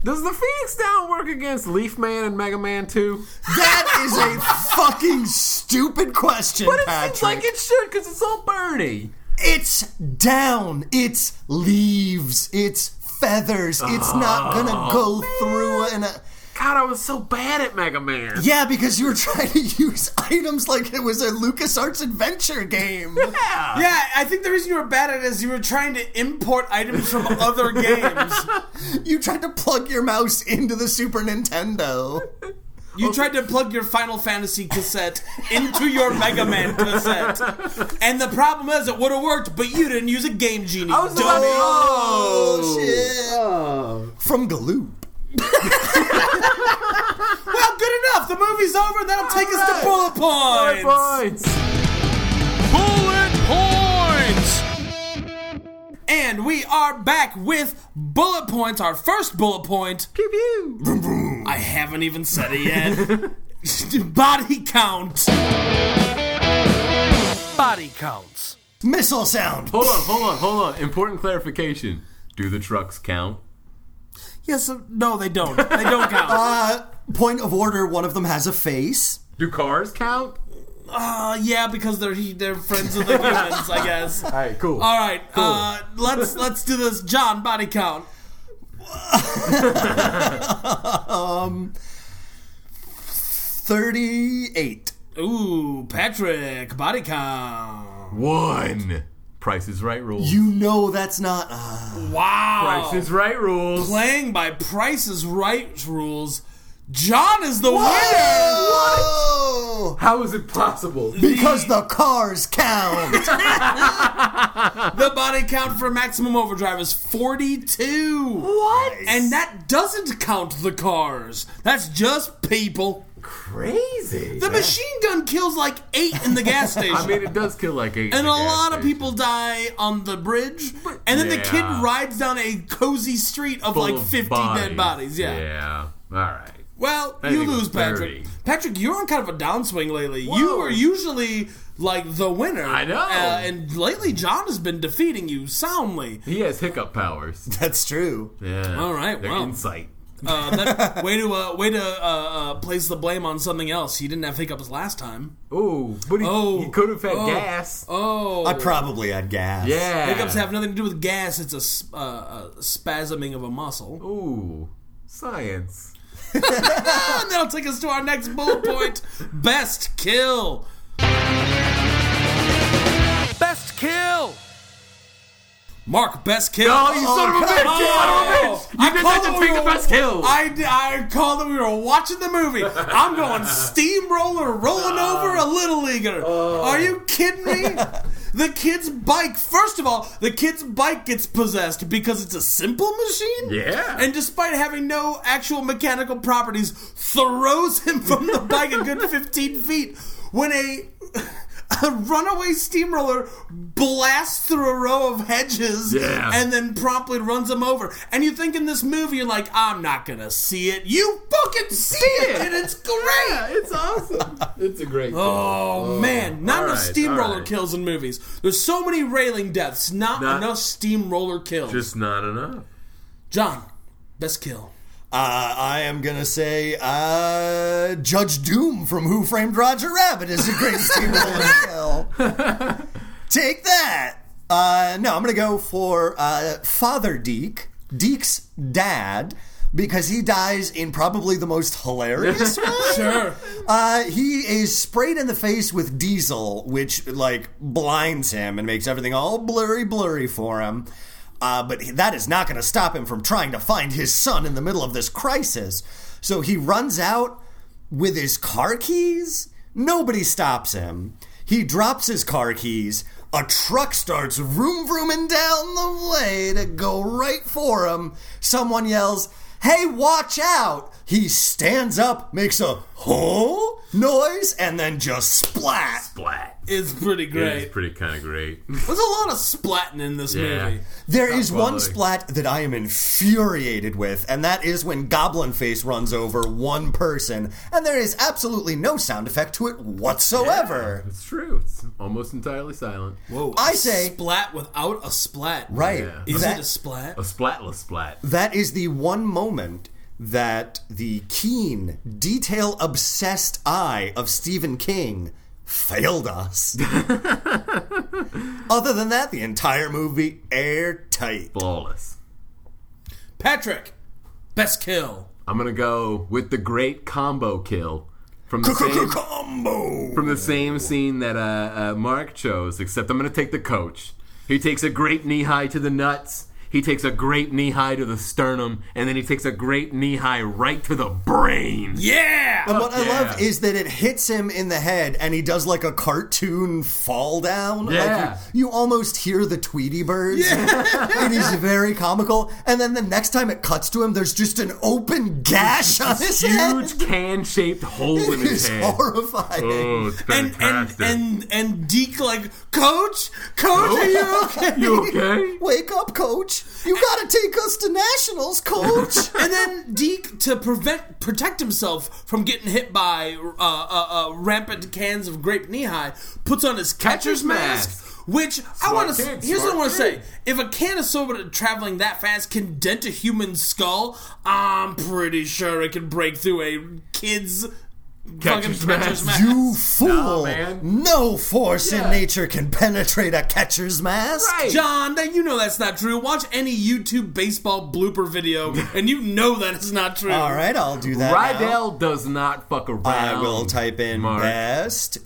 S2: Does the Phoenix Down work against Leaf Man and Mega Man 2?
S3: That is a fucking stupid question,
S2: But it
S3: Patrick.
S2: seems like it should because it's all birdie.
S3: It's down. It's leaves. It's feathers. It's not gonna go through an. uh,
S2: God, I was so bad at Mega Man.
S3: Yeah, because you were trying to use items like it was a LucasArts adventure game.
S1: Yeah, I think the reason you were bad at it is you were trying to import items from other games.
S3: you tried to plug your mouse into the Super Nintendo.
S1: You tried to plug your Final Fantasy cassette into your Mega Man cassette. And the problem is it would have worked, but you didn't use a game genie.
S2: I was about to-
S1: dummy.
S3: Oh, shit.
S2: Oh.
S3: From Galoop.
S1: Well, good enough. The movie's over. That'll take us to bullet points.
S2: Points.
S1: Bullet points. And we are back with bullet points. Our first bullet point.
S2: Pew pew.
S1: I haven't even said it yet. Body count. Body counts.
S3: Missile sound.
S2: Hold on, hold on, hold on. Important clarification. Do the trucks count?
S1: Yes. uh, No, they don't. They don't count.
S3: Uh, point of order one of them has a face.
S2: Do cars count?
S1: Uh, yeah, because they're he- they're friends of the humans, I guess.
S2: All right, cool.
S1: All right, uh, let's let's do this. John, body count.
S3: Um, 38.
S1: Ooh, Patrick, body count.
S2: One. Price is right rules.
S3: You know that's not. Uh,
S1: Wow,
S2: Price is right rules.
S1: playing by Price's Right rules. John is the winner.
S3: Whoa!
S2: How is it possible?
S3: Because the cars count.
S1: The body count for Maximum Overdrive is forty-two.
S2: What?
S1: And that doesn't count the cars. That's just people.
S2: Crazy.
S1: The machine gun kills like eight in the gas station.
S2: I mean, it does kill like eight.
S1: and a
S2: in the gas
S1: lot of
S2: station.
S1: people die on the bridge. And then the kid
S2: Yeah.
S1: rides down a cozy street of
S2: Full
S1: like
S2: of
S1: 50 dead bodies. Yeah.
S2: Yeah. All right.
S1: Well,
S2: I
S1: you
S2: think it
S1: lose,
S2: was
S1: Patrick.
S2: 30.
S1: Patrick, you're on kind of a downswing lately. You
S2: Whoa.
S1: were usually like the winner.
S2: I know.
S1: Uh, and lately, John has been defeating you soundly.
S2: He has hiccup powers.
S3: that's true.
S2: Yeah.
S1: All right,
S2: They're
S1: wow.
S2: insight.
S1: Uh, that, way to uh, way to uh, uh, place the blame on something else. He didn't have hiccups last time.
S2: Oh, but he,
S1: Oh.
S2: he could have had
S1: Oh.
S2: gas.
S1: Oh,
S3: I probably had gas.
S2: Yeah.
S1: hiccups have nothing to do with gas. It's a, s- uh, uh spasming of a muscle.
S2: Ooh, science.
S1: And that'll take us to our next bullet point Best Kill. Best Kill. Mark, best kill.
S2: Oh, you son of a bitch! You son of a bitch! You did that to pick the best kill.
S1: I, I called that we were watching the movie. I'm going steamroller rolling over a little leaguer. Are you kidding me? the kid's bike, first of all, the kid's bike gets possessed because it's a simple machine?
S2: Yeah.
S1: And despite having no actual mechanical properties, throws him from the bike a good 15 feet when a. A runaway steamroller blasts through a row of hedges
S2: Yeah.
S1: and then promptly runs him over. And you think in this movie, you're like, I'm not gonna see it. You fucking see it, and it's great.
S2: Yeah, it's awesome. it's a great.
S1: Oh, man, not
S2: all
S1: enough
S2: right, all
S1: steamroller
S2: right.
S1: kills in movies. There's so many railing deaths, not,
S2: Not-
S1: enough steamroller kills.
S2: Just not enough.
S1: John, best kill.
S3: Uh, I am gonna say uh, Judge Doom from Who Framed Roger Rabbit is the greatest hero in hell. Take that. Uh, no, I'm gonna go for uh, Father Deke, Deke's dad, because he dies in probably the most hilarious way.
S1: Sure.
S3: Uh, he is sprayed in the face with diesel, which like blinds him and makes everything all blurry, blurry for him. Uh, but he- that is not going to stop him from trying to find his son in the middle of this crisis. So he runs out with his car keys. Nobody stops him. He drops his car keys. A truck starts vroom vrooming down the way to go right for him. Someone yells, Hey, watch out! He stands up, makes a huh noise, and then just splat.
S2: Black.
S1: is pretty great.
S2: It's pretty kind of great.
S1: There's a lot of splatting in this
S2: Yeah.
S1: movie.
S3: There is one
S2: quality.
S3: splat that I am infuriated with, and that is when Goblin Face runs over one person, and there is absolutely no sound effect to it whatsoever.
S2: It's true. It's almost entirely silent.
S1: Whoa!
S3: I say-
S1: splat without a splat.
S3: Right.
S2: Yeah.
S1: Is it a
S3: That,
S1: splat?
S2: A splatless splat.
S3: that is the one moment that the keen, detail obsessed eye of Stephen King failed us. Other than that, the entire movie airtight.
S2: Flawless.
S1: Patrick, best kill.
S2: I'm gonna go with the great combo kill from the same
S3: Combo!
S2: from the same scene that uh, uh, Mark chose. Except I'm gonna take the coach. He takes a great knee high to the nuts. He takes a great knee high to the sternum, and then he takes a great knee high right to the brain.
S1: Yeah.
S3: And what I
S2: Yeah.
S3: love is that it hits him in the head and he does like a cartoon fall down. Like,
S2: Yeah.
S3: you, you almost hear the Tweety birds. it is very comical. And then the next time it cuts to him, there's just an open gash on his head.
S2: Huge can-shaped hole in
S3: It
S2: his
S3: is
S2: head.
S3: horrifying.
S2: Oh, it's
S1: and and
S2: fantastic.
S1: and and Deke like, coach, coach, are you okay?
S2: you okay?
S3: Wake up, coach. You gotta take us to nationals, coach.
S1: And then Deke, to prevent protect himself from getting hit by uh, uh, uh, rampant cans of grape knee high, puts on his catcher's
S2: Catcher's
S1: mask.
S2: mask.
S1: Which I want to.
S2: kid,
S1: Here's what I
S2: smart
S1: want to say:
S2: kid.
S1: If a can of soda traveling that fast can dent a human skull, I'm pretty sure it can break through a kid's fucking
S2: Catcher's mask.
S1: catcher's mask.
S3: you fool.
S2: man.
S3: no force in
S2: Yeah.
S3: nature can penetrate a catcher's mask.
S2: Right.
S1: John, that you know that's not true. Watch any YouTube baseball blooper video, and you know that it's not true.
S3: All right, I'll do that. now.
S2: Rydell does not fuck around.
S3: I will type in
S2: Mark.
S3: best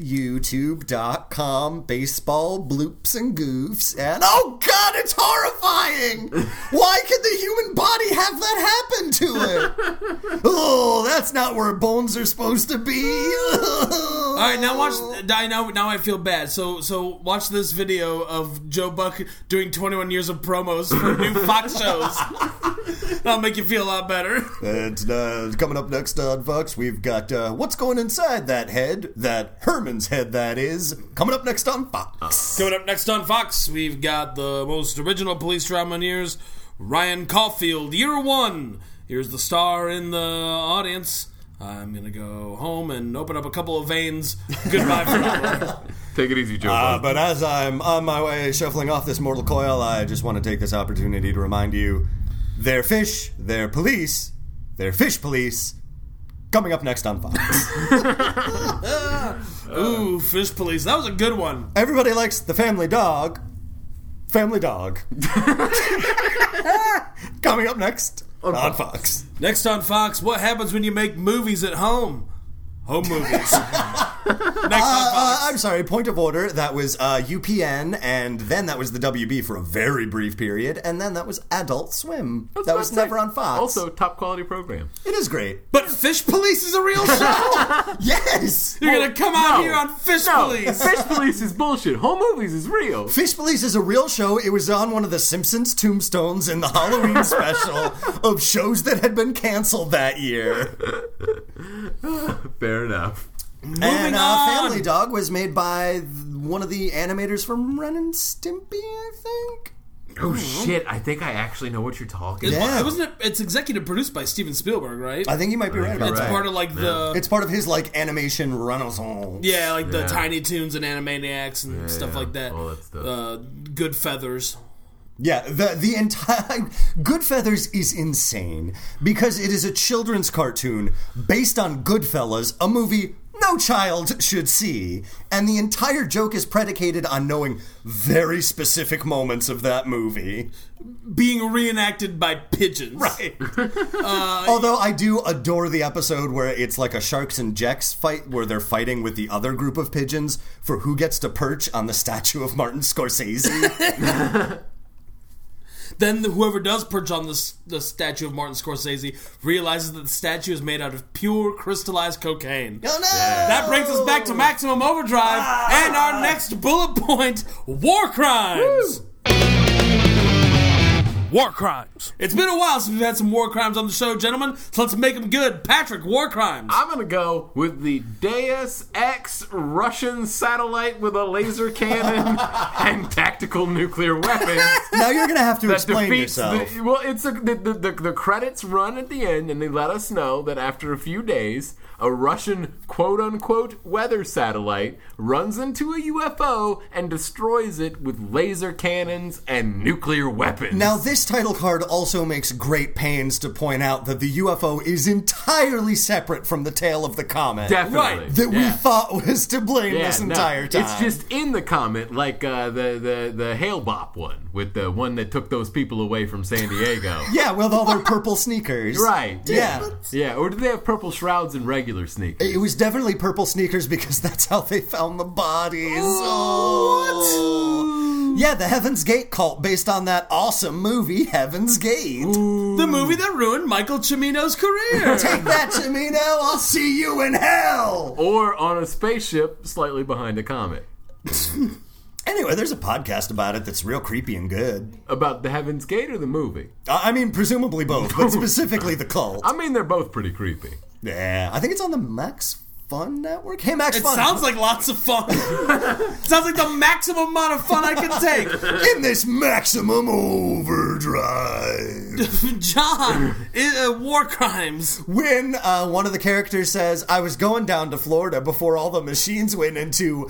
S3: youtube.com baseball bloops and goofs and oh god it's horrifying why could the human body have that happen to it oh that's not where bones are supposed to be all
S1: All right, now watch. I know now I feel bad. So so watch this video of Joe Buck doing 21 years of promos for new Fox shows. That'll make you feel a lot better.
S3: and uh, coming up next on Fox, we've got uh, what's going inside that head, that Herman's head, that is. Coming up next on Fox.
S1: Coming up next on Fox, we've got the most original police drama in years, Ryan Caulfield, Year One. Here's the star in the audience. I'm gonna go home and open up a couple of veins. Goodbye forever.
S2: Take it easy, Joe.
S3: Uh,
S2: Biden.
S3: but as I'm on my way shuffling off this mortal coil, I just want to take this opportunity to remind you they're fish, they're police, they're fish police. Coming up next on Fox.
S1: Ooh, fish police. That was a good one.
S3: Everybody likes the family dog. Family dog. Coming up next on, Fox.
S1: Next on Fox, what happens when you make movies at home? Home movies. Next on
S3: Uh,
S1: Fox.
S3: I'm sorry, point of order. That was uh, UPN, and then that was the WB for a very brief period, and then that was Adult Swim. that
S2: That's
S3: was never
S2: right.
S3: on Fox.
S2: Also, top quality program.
S3: it is great.
S1: But Fish Police is a real show.
S3: Yes!
S1: You're gonna come out
S2: Oh, No.
S1: here on Fish
S2: No,
S1: Police.
S2: Fish Police is bullshit. Home movies is real.
S3: Fish Police is a real show. It was on one of the Simpsons tombstones in the Halloween special of shows that had been canceled that year.
S2: Fair enough.
S3: and uh,
S1: on.
S3: Family Dog was made by th- one of the animators from Ren and Stimpy, I think.
S2: Oh shit! I think I actually know what you're talking.
S3: Yeah.
S2: about.
S1: It wasn't. It, it's executive produced by Steven Spielberg, right?
S3: I think you might be right about
S1: it's
S3: that.
S1: part of like the.
S3: it's part of his like animation renaissance.
S1: yeah, like the
S2: Yeah.
S1: Tiny Toons and Animaniacs and stuff
S2: yeah.
S1: like that.
S2: All that stuff.
S1: Uh, good feathers.
S3: Yeah, the the entire Goodfeathers is insane because it is a children's cartoon based on Goodfellas, a movie no child should see, and the entire joke is predicated on knowing very specific moments of that movie.
S1: Being reenacted by pigeons.
S3: Right. Although I do adore the episode where it's like a sharks and jacks fight where they're fighting with the other group of pigeons for who gets to perch on the statue of Martin Scorsese.
S1: Then the, whoever does perch on the, s- the statue of Martin Scorsese realizes that the statue is made out of pure crystallized cocaine.
S3: oh no!
S1: That brings us back to maximum overdrive and our next bullet point war crimes. war crimes. It's been a while since we've had some war crimes on the show, gentlemen. So let's make them good. Patrick, war crimes.
S2: I'm gonna go with the Deus Ex Russian satellite with a laser cannon and tactical nuclear weapons.
S3: Now you're going to have to
S2: that
S3: explain
S2: defeats
S3: yourself.
S2: The, well, it's a, the, the, the the credits run at the end, and they let us know that after a few days, a Russian quote unquote weather satellite runs into a UFO and destroys it with laser cannons and nuclear weapons.
S3: Now, this title card also makes great pains to point out that the UFO is entirely separate from the tail of the comet
S2: definitely
S3: that we
S2: Yeah.
S3: thought was to blame
S2: Yeah,
S3: this
S2: no,
S3: entire time.
S2: It's just in the comment, like uh, the the the Hail Bop one with the one that took those people away from San Diego.
S3: yeah, with all their purple sneakers.
S2: Right.
S3: Yeah.
S2: Yeah. Or did they have purple shrouds and regular sneakers?
S3: It was definitely purple sneakers because that's how they found the bodies. Oh. Yeah, the Heaven's Gate cult based on that awesome movie, Heaven's Gate.
S1: the movie that ruined Michael Cimino's career.
S3: Take that, Chimino. I'll see you in hell.
S2: Or on a spaceship slightly behind a comet
S3: Anyway, there's a podcast about it that's real creepy and good.
S2: about the Heaven's Gate or the movie.
S3: I I mean, presumably both, but specifically the cult.
S2: I mean, they're both pretty creepy.
S3: Yeah, I think it's on the Max Fun Network. Hey, Max
S1: It
S3: Fun.
S1: sounds like lots of fun. sounds like the maximum amount of fun I can take.
S3: in this maximum overdrive.
S1: John, i- uh, war crimes.
S3: when uh, one of the characters says, "I was going down to Florida before all the machines went into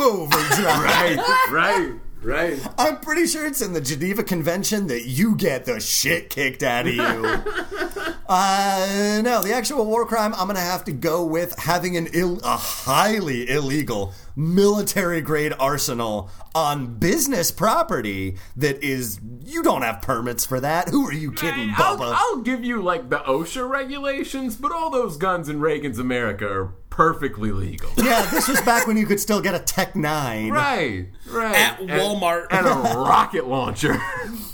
S3: overdrive."
S2: right. Right.
S3: I'm pretty sure it's in the Geneva Convention that you get the shit kicked out of you. uh, no, the actual war crime. I'm gonna have to go with having an Ill- a highly illegal military grade arsenal on business property that is you don't have permits for that. Who are you kidding,
S2: I'll,
S3: Bubba?
S2: I'll give you like the OSHA regulations, but all those guns in Reagan's America are perfectly legal.
S3: Yeah, this was back when you could still get a Tech 9.
S2: Right, right.
S1: At
S2: And-
S1: Walmart.
S2: And, a rocket launcher.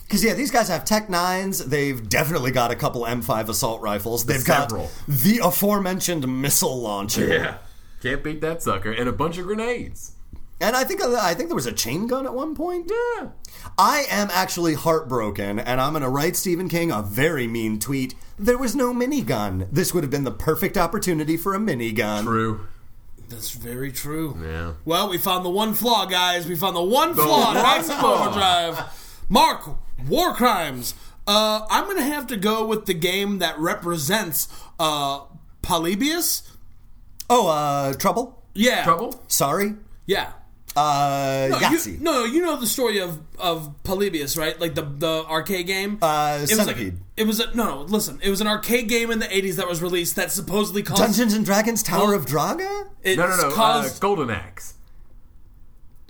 S3: Because, yeah, these guys have Tech 9s. They've definitely got a couple M5 assault rifles. They've got
S2: Several.
S3: the aforementioned missile launcher.
S2: Can't beat that sucker. And a bunch of grenades.
S3: And I think I think there was a chain gun at one point.
S2: Yeah.
S3: I am actually heartbroken, and I'm going to write Stephen King a very mean tweet. There was no minigun. This would have been the perfect opportunity for a minigun.
S2: True.
S1: That's very true.
S2: Yeah.
S1: Well, we found the one flaw, guys. We found the one flaw in
S2: one
S1: Maximum
S2: flaw.
S1: Overdrive. Mark, war crimes. Uh, I'm going to have to go with the game that represents uh, Polybius.
S3: Oh, uh, Trouble?
S1: Yeah.
S2: Trouble?
S3: Sorry?
S1: Yeah.
S3: Uh,
S1: No, you,
S3: Yahtzee.
S1: no, no, you know the story of, of Polybius, right? Like the the arcade game.
S3: Uh,
S1: it was like
S3: Centipede.
S1: it was a, no, no. Listen, it was an arcade game in the '80s that was released that supposedly caused
S3: Dungeons and Dragons Tower of Draga?
S1: It
S2: No, no, no.
S1: caused
S2: uh, Golden Axe.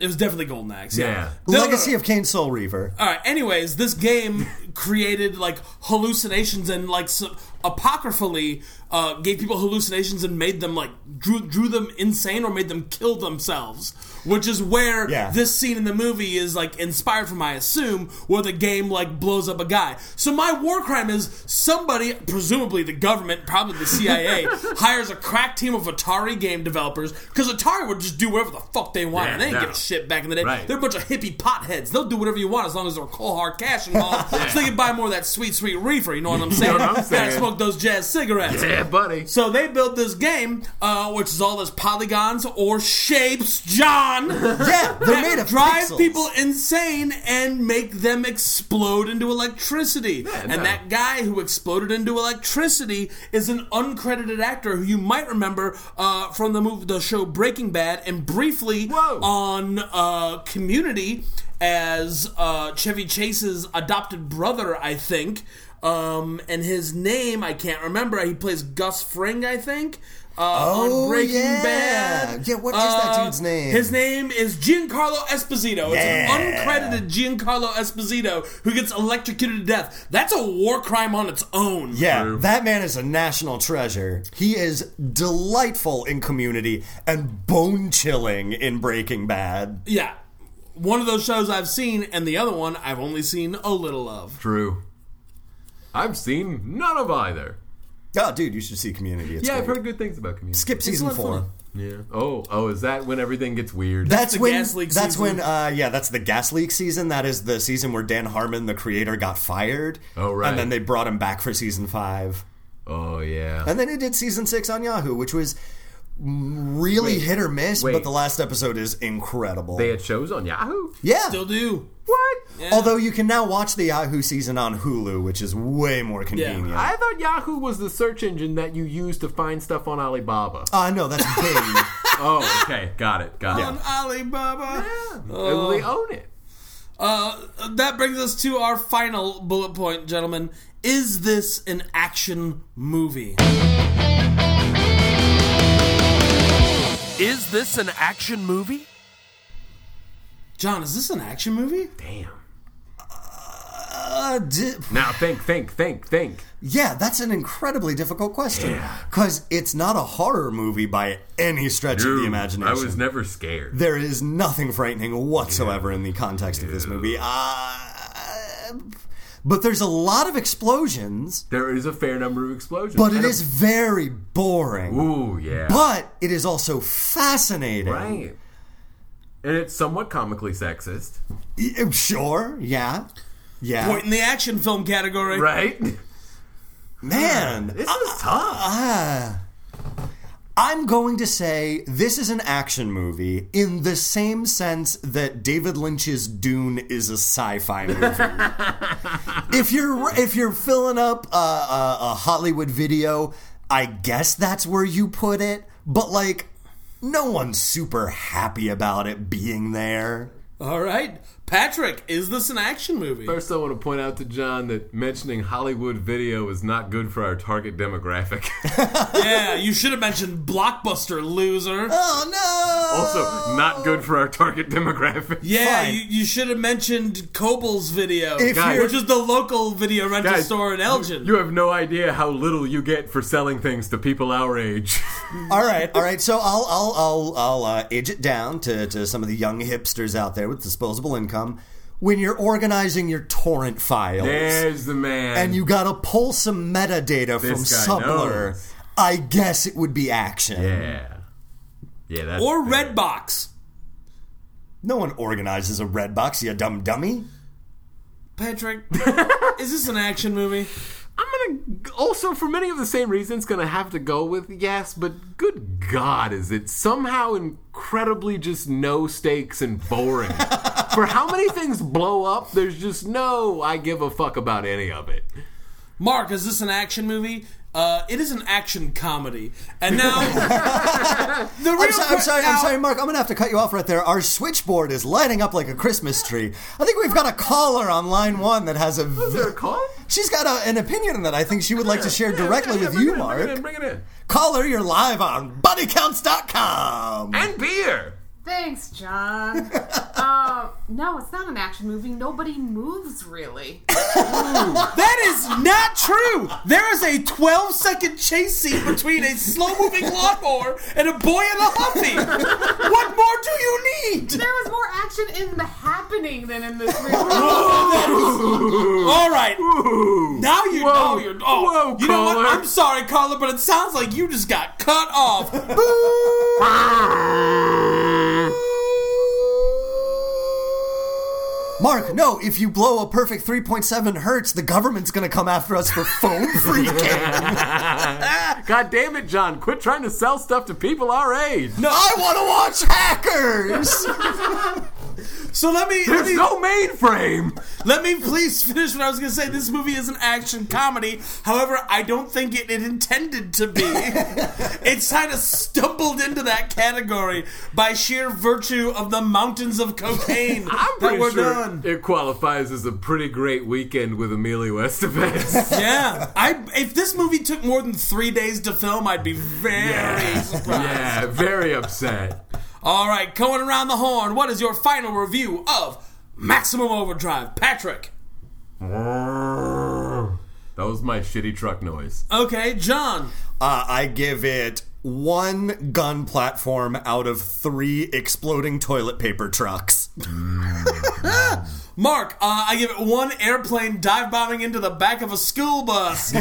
S1: it was definitely Golden Axe.
S2: Yeah.
S1: No, no, no. Uh,
S3: Legacy of Kane Soul Reaver.
S1: All right. Anyways, this game created like hallucinations and like so, apocryphally uh, gave people hallucinations and made them like drew drew them insane or made them kill themselves, which is where
S3: Yeah.
S1: this scene in the movie is like inspired from. I assume where the game like blows up a guy. So my war crime is somebody, presumably the government, probably the CIA, hires a crack team of Atari game developers because Atari would just do whatever the fuck they wanted.
S2: Yeah,
S1: they didn't
S2: no.
S1: give a shit back in the day.
S2: Right.
S1: They're a bunch of hippie potheads. They'll do whatever you want as long as there's cold hard cash involved, so they can buy more of that sweet, sweet reefer. You know what I'm saying?
S2: what I'm
S1: Gotta
S2: saying.
S1: smoke those jazz cigarettes.
S2: Yeah, buddy.
S1: So they built this game, uh, which is all this polygons or shapes, John.
S3: Yeah, they're made of
S1: drive
S3: pixels.
S1: people insane and make them explode into electricity.
S2: no.
S1: And that guy who exploded into electricity is an uncredited actor who you might remember uh, from the movie, the show Breaking Bad, and briefly
S2: Whoa.
S1: on uh, Community as uh, Chevy Chase's adopted brother, I think. Um, and his name I can't remember. He plays Gus Fring, I think. Uh,
S3: Oh,
S1: on Breaking
S3: yeah.
S1: Bad. Uh,
S3: Yeah, what is that dude's name?
S1: His name is Giancarlo Esposito.
S3: Yeah.
S1: It's an uncredited Giancarlo Esposito who gets electrocuted to death. That's a war crime on its own.
S3: Yeah, that man is a national treasure. He is delightful in community and bone chilling in Breaking Bad.
S1: Yeah. One of those shows I've seen, and the other one I've only seen a little of.
S2: True. I've seen none of either.
S3: Oh, dude, you should see community. It's
S2: Yeah, I've
S3: great.
S2: heard good things about community.
S3: Skip season
S1: lot of
S3: four.
S1: fun.
S2: Yeah. Oh, oh, is that when everything gets weird?
S3: That's
S1: the
S3: when.
S1: gas leak
S3: that's
S1: season.
S3: when. Uh, yeah, that's the gas leak season. That is the season where Dan Harmon, the creator, got fired.
S2: Oh, right.
S3: And then they brought him back for season five,
S2: oh yeah.
S3: and then he did season six on Yahoo, which was really hit or miss. But
S2: wait.
S3: the last episode is incredible.
S2: they had shows on Yahoo.
S3: yeah.
S1: Still do.
S2: What?
S3: Although you can now watch the Yahoo season on Hulu, which is way more convenient.
S2: I thought Yahoo was the search engine that you use to find stuff on Alibaba.
S3: Uh, no, that's Bing.
S2: oh, okay, got it, got
S1: On
S2: it.
S1: Alibaba.
S2: Oh, they own it.
S1: Uh, that brings us to our final bullet point, gentlemen. Is this an action movie? Is this an action movie? John, is this an action movie?
S2: Damn.
S3: Uh, di-
S2: Now think, think, think, think.
S3: yeah, that's an incredibly difficult question because it's not a horror movie by any stretch of the
S2: Dude,
S3: imagination.
S2: I was never scared.
S3: there is nothing frightening whatsoever in the context of this movie. Uh, but there's a lot of explosions,
S2: There is a fair number of explosions,
S3: but it
S2: And a-
S3: is very boring.
S2: Ooh, yeah.
S3: But it is also fascinating.
S2: right. And it's somewhat comically sexist,
S3: Y- Sure, yeah. Yeah.
S1: Point in the action film category.
S2: right?
S3: Man,
S2: This is tough.
S3: I'm going to say this is an action movie in the same sense that David Lynch's Dune is a sci-fi movie. if you're if you're filling up a, a, a Hollywood video, I guess that's where you put it. But like, no one's super happy about it being there.
S1: All right. Patrick, is this an action movie?
S2: First, I want to point out to John that mentioning Hollywood video is not good for our target demographic.
S1: yeah, you should have mentioned Blockbuster, loser.
S3: Oh no!
S2: also, not good for our target demographic.
S1: Yeah,
S3: fine.
S1: you, you should have mentioned Kobol's video,
S3: If
S2: Guys.
S1: which is the local video rental
S2: Guys,
S1: store in Elgin.
S2: You have no idea how little you get for selling things to people our age.
S3: All right, all right. So I'll I'll I'll, I'll uh, age it down to, to some of the young hipsters out there with disposable income. When you're organizing your torrent files
S2: There's the man.
S3: and you gotta pull some metadata from
S2: This guy
S3: Subler,
S2: knows.
S3: I guess it would be action.
S2: Yeah. Yeah, that's.
S1: or
S2: fair.
S1: Redbox.
S3: No one organizes a red box, you dumb dummy.
S1: Patrick, is this an action movie?
S2: I'm gonna. Also, for many of the same reasons, gonna have to go with yes, but good God, is it somehow incredibly just no stakes and boring? for how many things blow up, there's just no I give a fuck about any of it.
S1: Mark, is this an action movie? Uh, it is an action comedy. And now the real
S3: I'm, so- I'm
S1: que-
S3: sorry, I'm
S1: now-
S3: sorry, Mark. I'm gonna have to cut you off right there. Our switchboard is lighting up like a Christmas tree. I think we've got a caller on line one that has a.
S2: Is there a call?
S3: She's got a, an opinion that I think she would like to share directly
S2: Yeah,
S3: with
S2: bring it
S3: you,
S2: in,
S3: Mark.
S2: Bring it in, bring it in.
S3: Caller, you're live on BuddyCounts.com.
S2: And beer!
S4: Thanks, John. uh, no, it's not an action movie. Nobody moves really.
S1: That is not true. There is a 12 second chase scene between a slow moving lawnmower and a boy in a huffy. What more do you need?
S4: There was more action in the happening than in this movie.
S1: All right. Now you
S2: Whoa.
S1: know you're. Oh,
S2: Whoa,
S1: you know what?
S2: caller.
S1: I'm sorry, caller, but it sounds like you just got cut off.
S3: Mark, no, if you blow a perfect 3.7 hertz, the government's gonna come after us for phone freaking.
S2: God damn it, John, quit trying to sell stuff to people our age.
S3: no, I wanna watch hackers!
S1: So let me let
S2: There's
S1: me,
S2: no mainframe!
S1: let me please finish what I was going to say. This movie is an action comedy. However, I don't think it, it intended to be. it's kind of stumbled into that category by sheer virtue of the mountains of cocaine
S2: I'm
S1: that
S2: pretty
S1: were
S2: sure
S1: done.
S2: it qualifies as a pretty great weekend with Amelia Estevez.
S1: Yeah, I if this movie took more than three days to film, I'd be very surprised.
S2: yeah, very upset.
S1: All right, going around the horn. What is your final review of Maximum Overdrive, Patrick?
S2: That was my shitty truck noise.
S1: Okay, John.
S3: Uh, I give it one gun platform out of three exploding toilet paper trucks.
S1: Mark, uh, I give it one airplane dive bombing into the back of a school bus,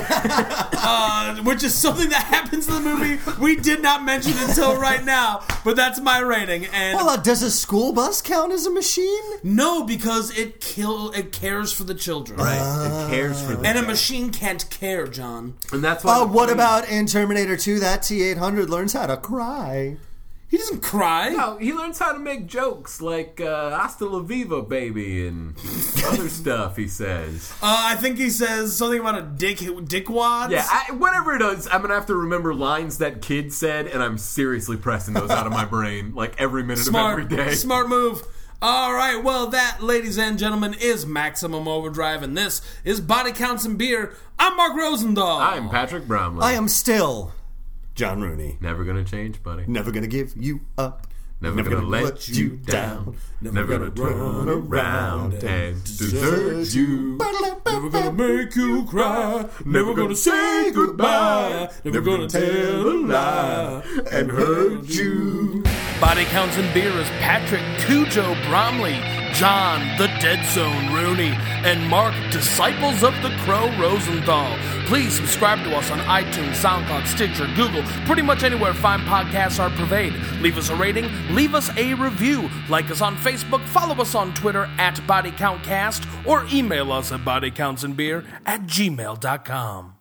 S1: uh, which is something that happens in the movie we did not mention until right now. But that's my rating, and
S3: Well, uh, does a school bus count as a machine?
S1: no, because it kill it cares for the children,
S2: It cares for them.
S1: Uh, And Oh, a machine can't care, John.
S2: And that's why.
S3: Uh, what about in Terminator 2? That T 800 learns how to cry.
S1: He doesn't cry. Uh,
S2: No, he learns how to make jokes like uh, "Hasta la viva, baby" and other stuff. He says,
S1: Uh, I think he says something about a dick dickwad.
S2: "Yeah, I, whatever it is, I'm gonna have to remember lines that kid said, and I'm seriously pressing those out of my brain like every minute
S1: smart,
S2: of every day."
S1: smart move. All right, well, that, ladies and gentlemen, is Maximum Overdrive, and this is Body Counts and Beer. I'm Mark Rosendahl.
S2: I'm Patrick Bromley.
S3: I am still John Rooney.
S2: never gonna change, buddy.
S3: Never gonna give you up.
S2: Never, gonna, let, you down. Never gonna turn around and desert you.
S1: Never gonna make you cry. Never gonna say goodbye. Never gonna tell a lie.
S2: and hurt you.
S1: Body Counts and Beer is Patrick Cujo Bromley, John the Dead Zone Rooney, and Mark Disciples of the Crow Rosenthal. Please subscribe to us on iTunes, SoundCloud, Stitcher, Google, pretty much anywhere fine podcasts are purveyed. Leave us a rating, leave us a review, like us on Facebook, follow us on Twitter at Body Count Cast, or email us at bodycountsandbeer at gmail.com.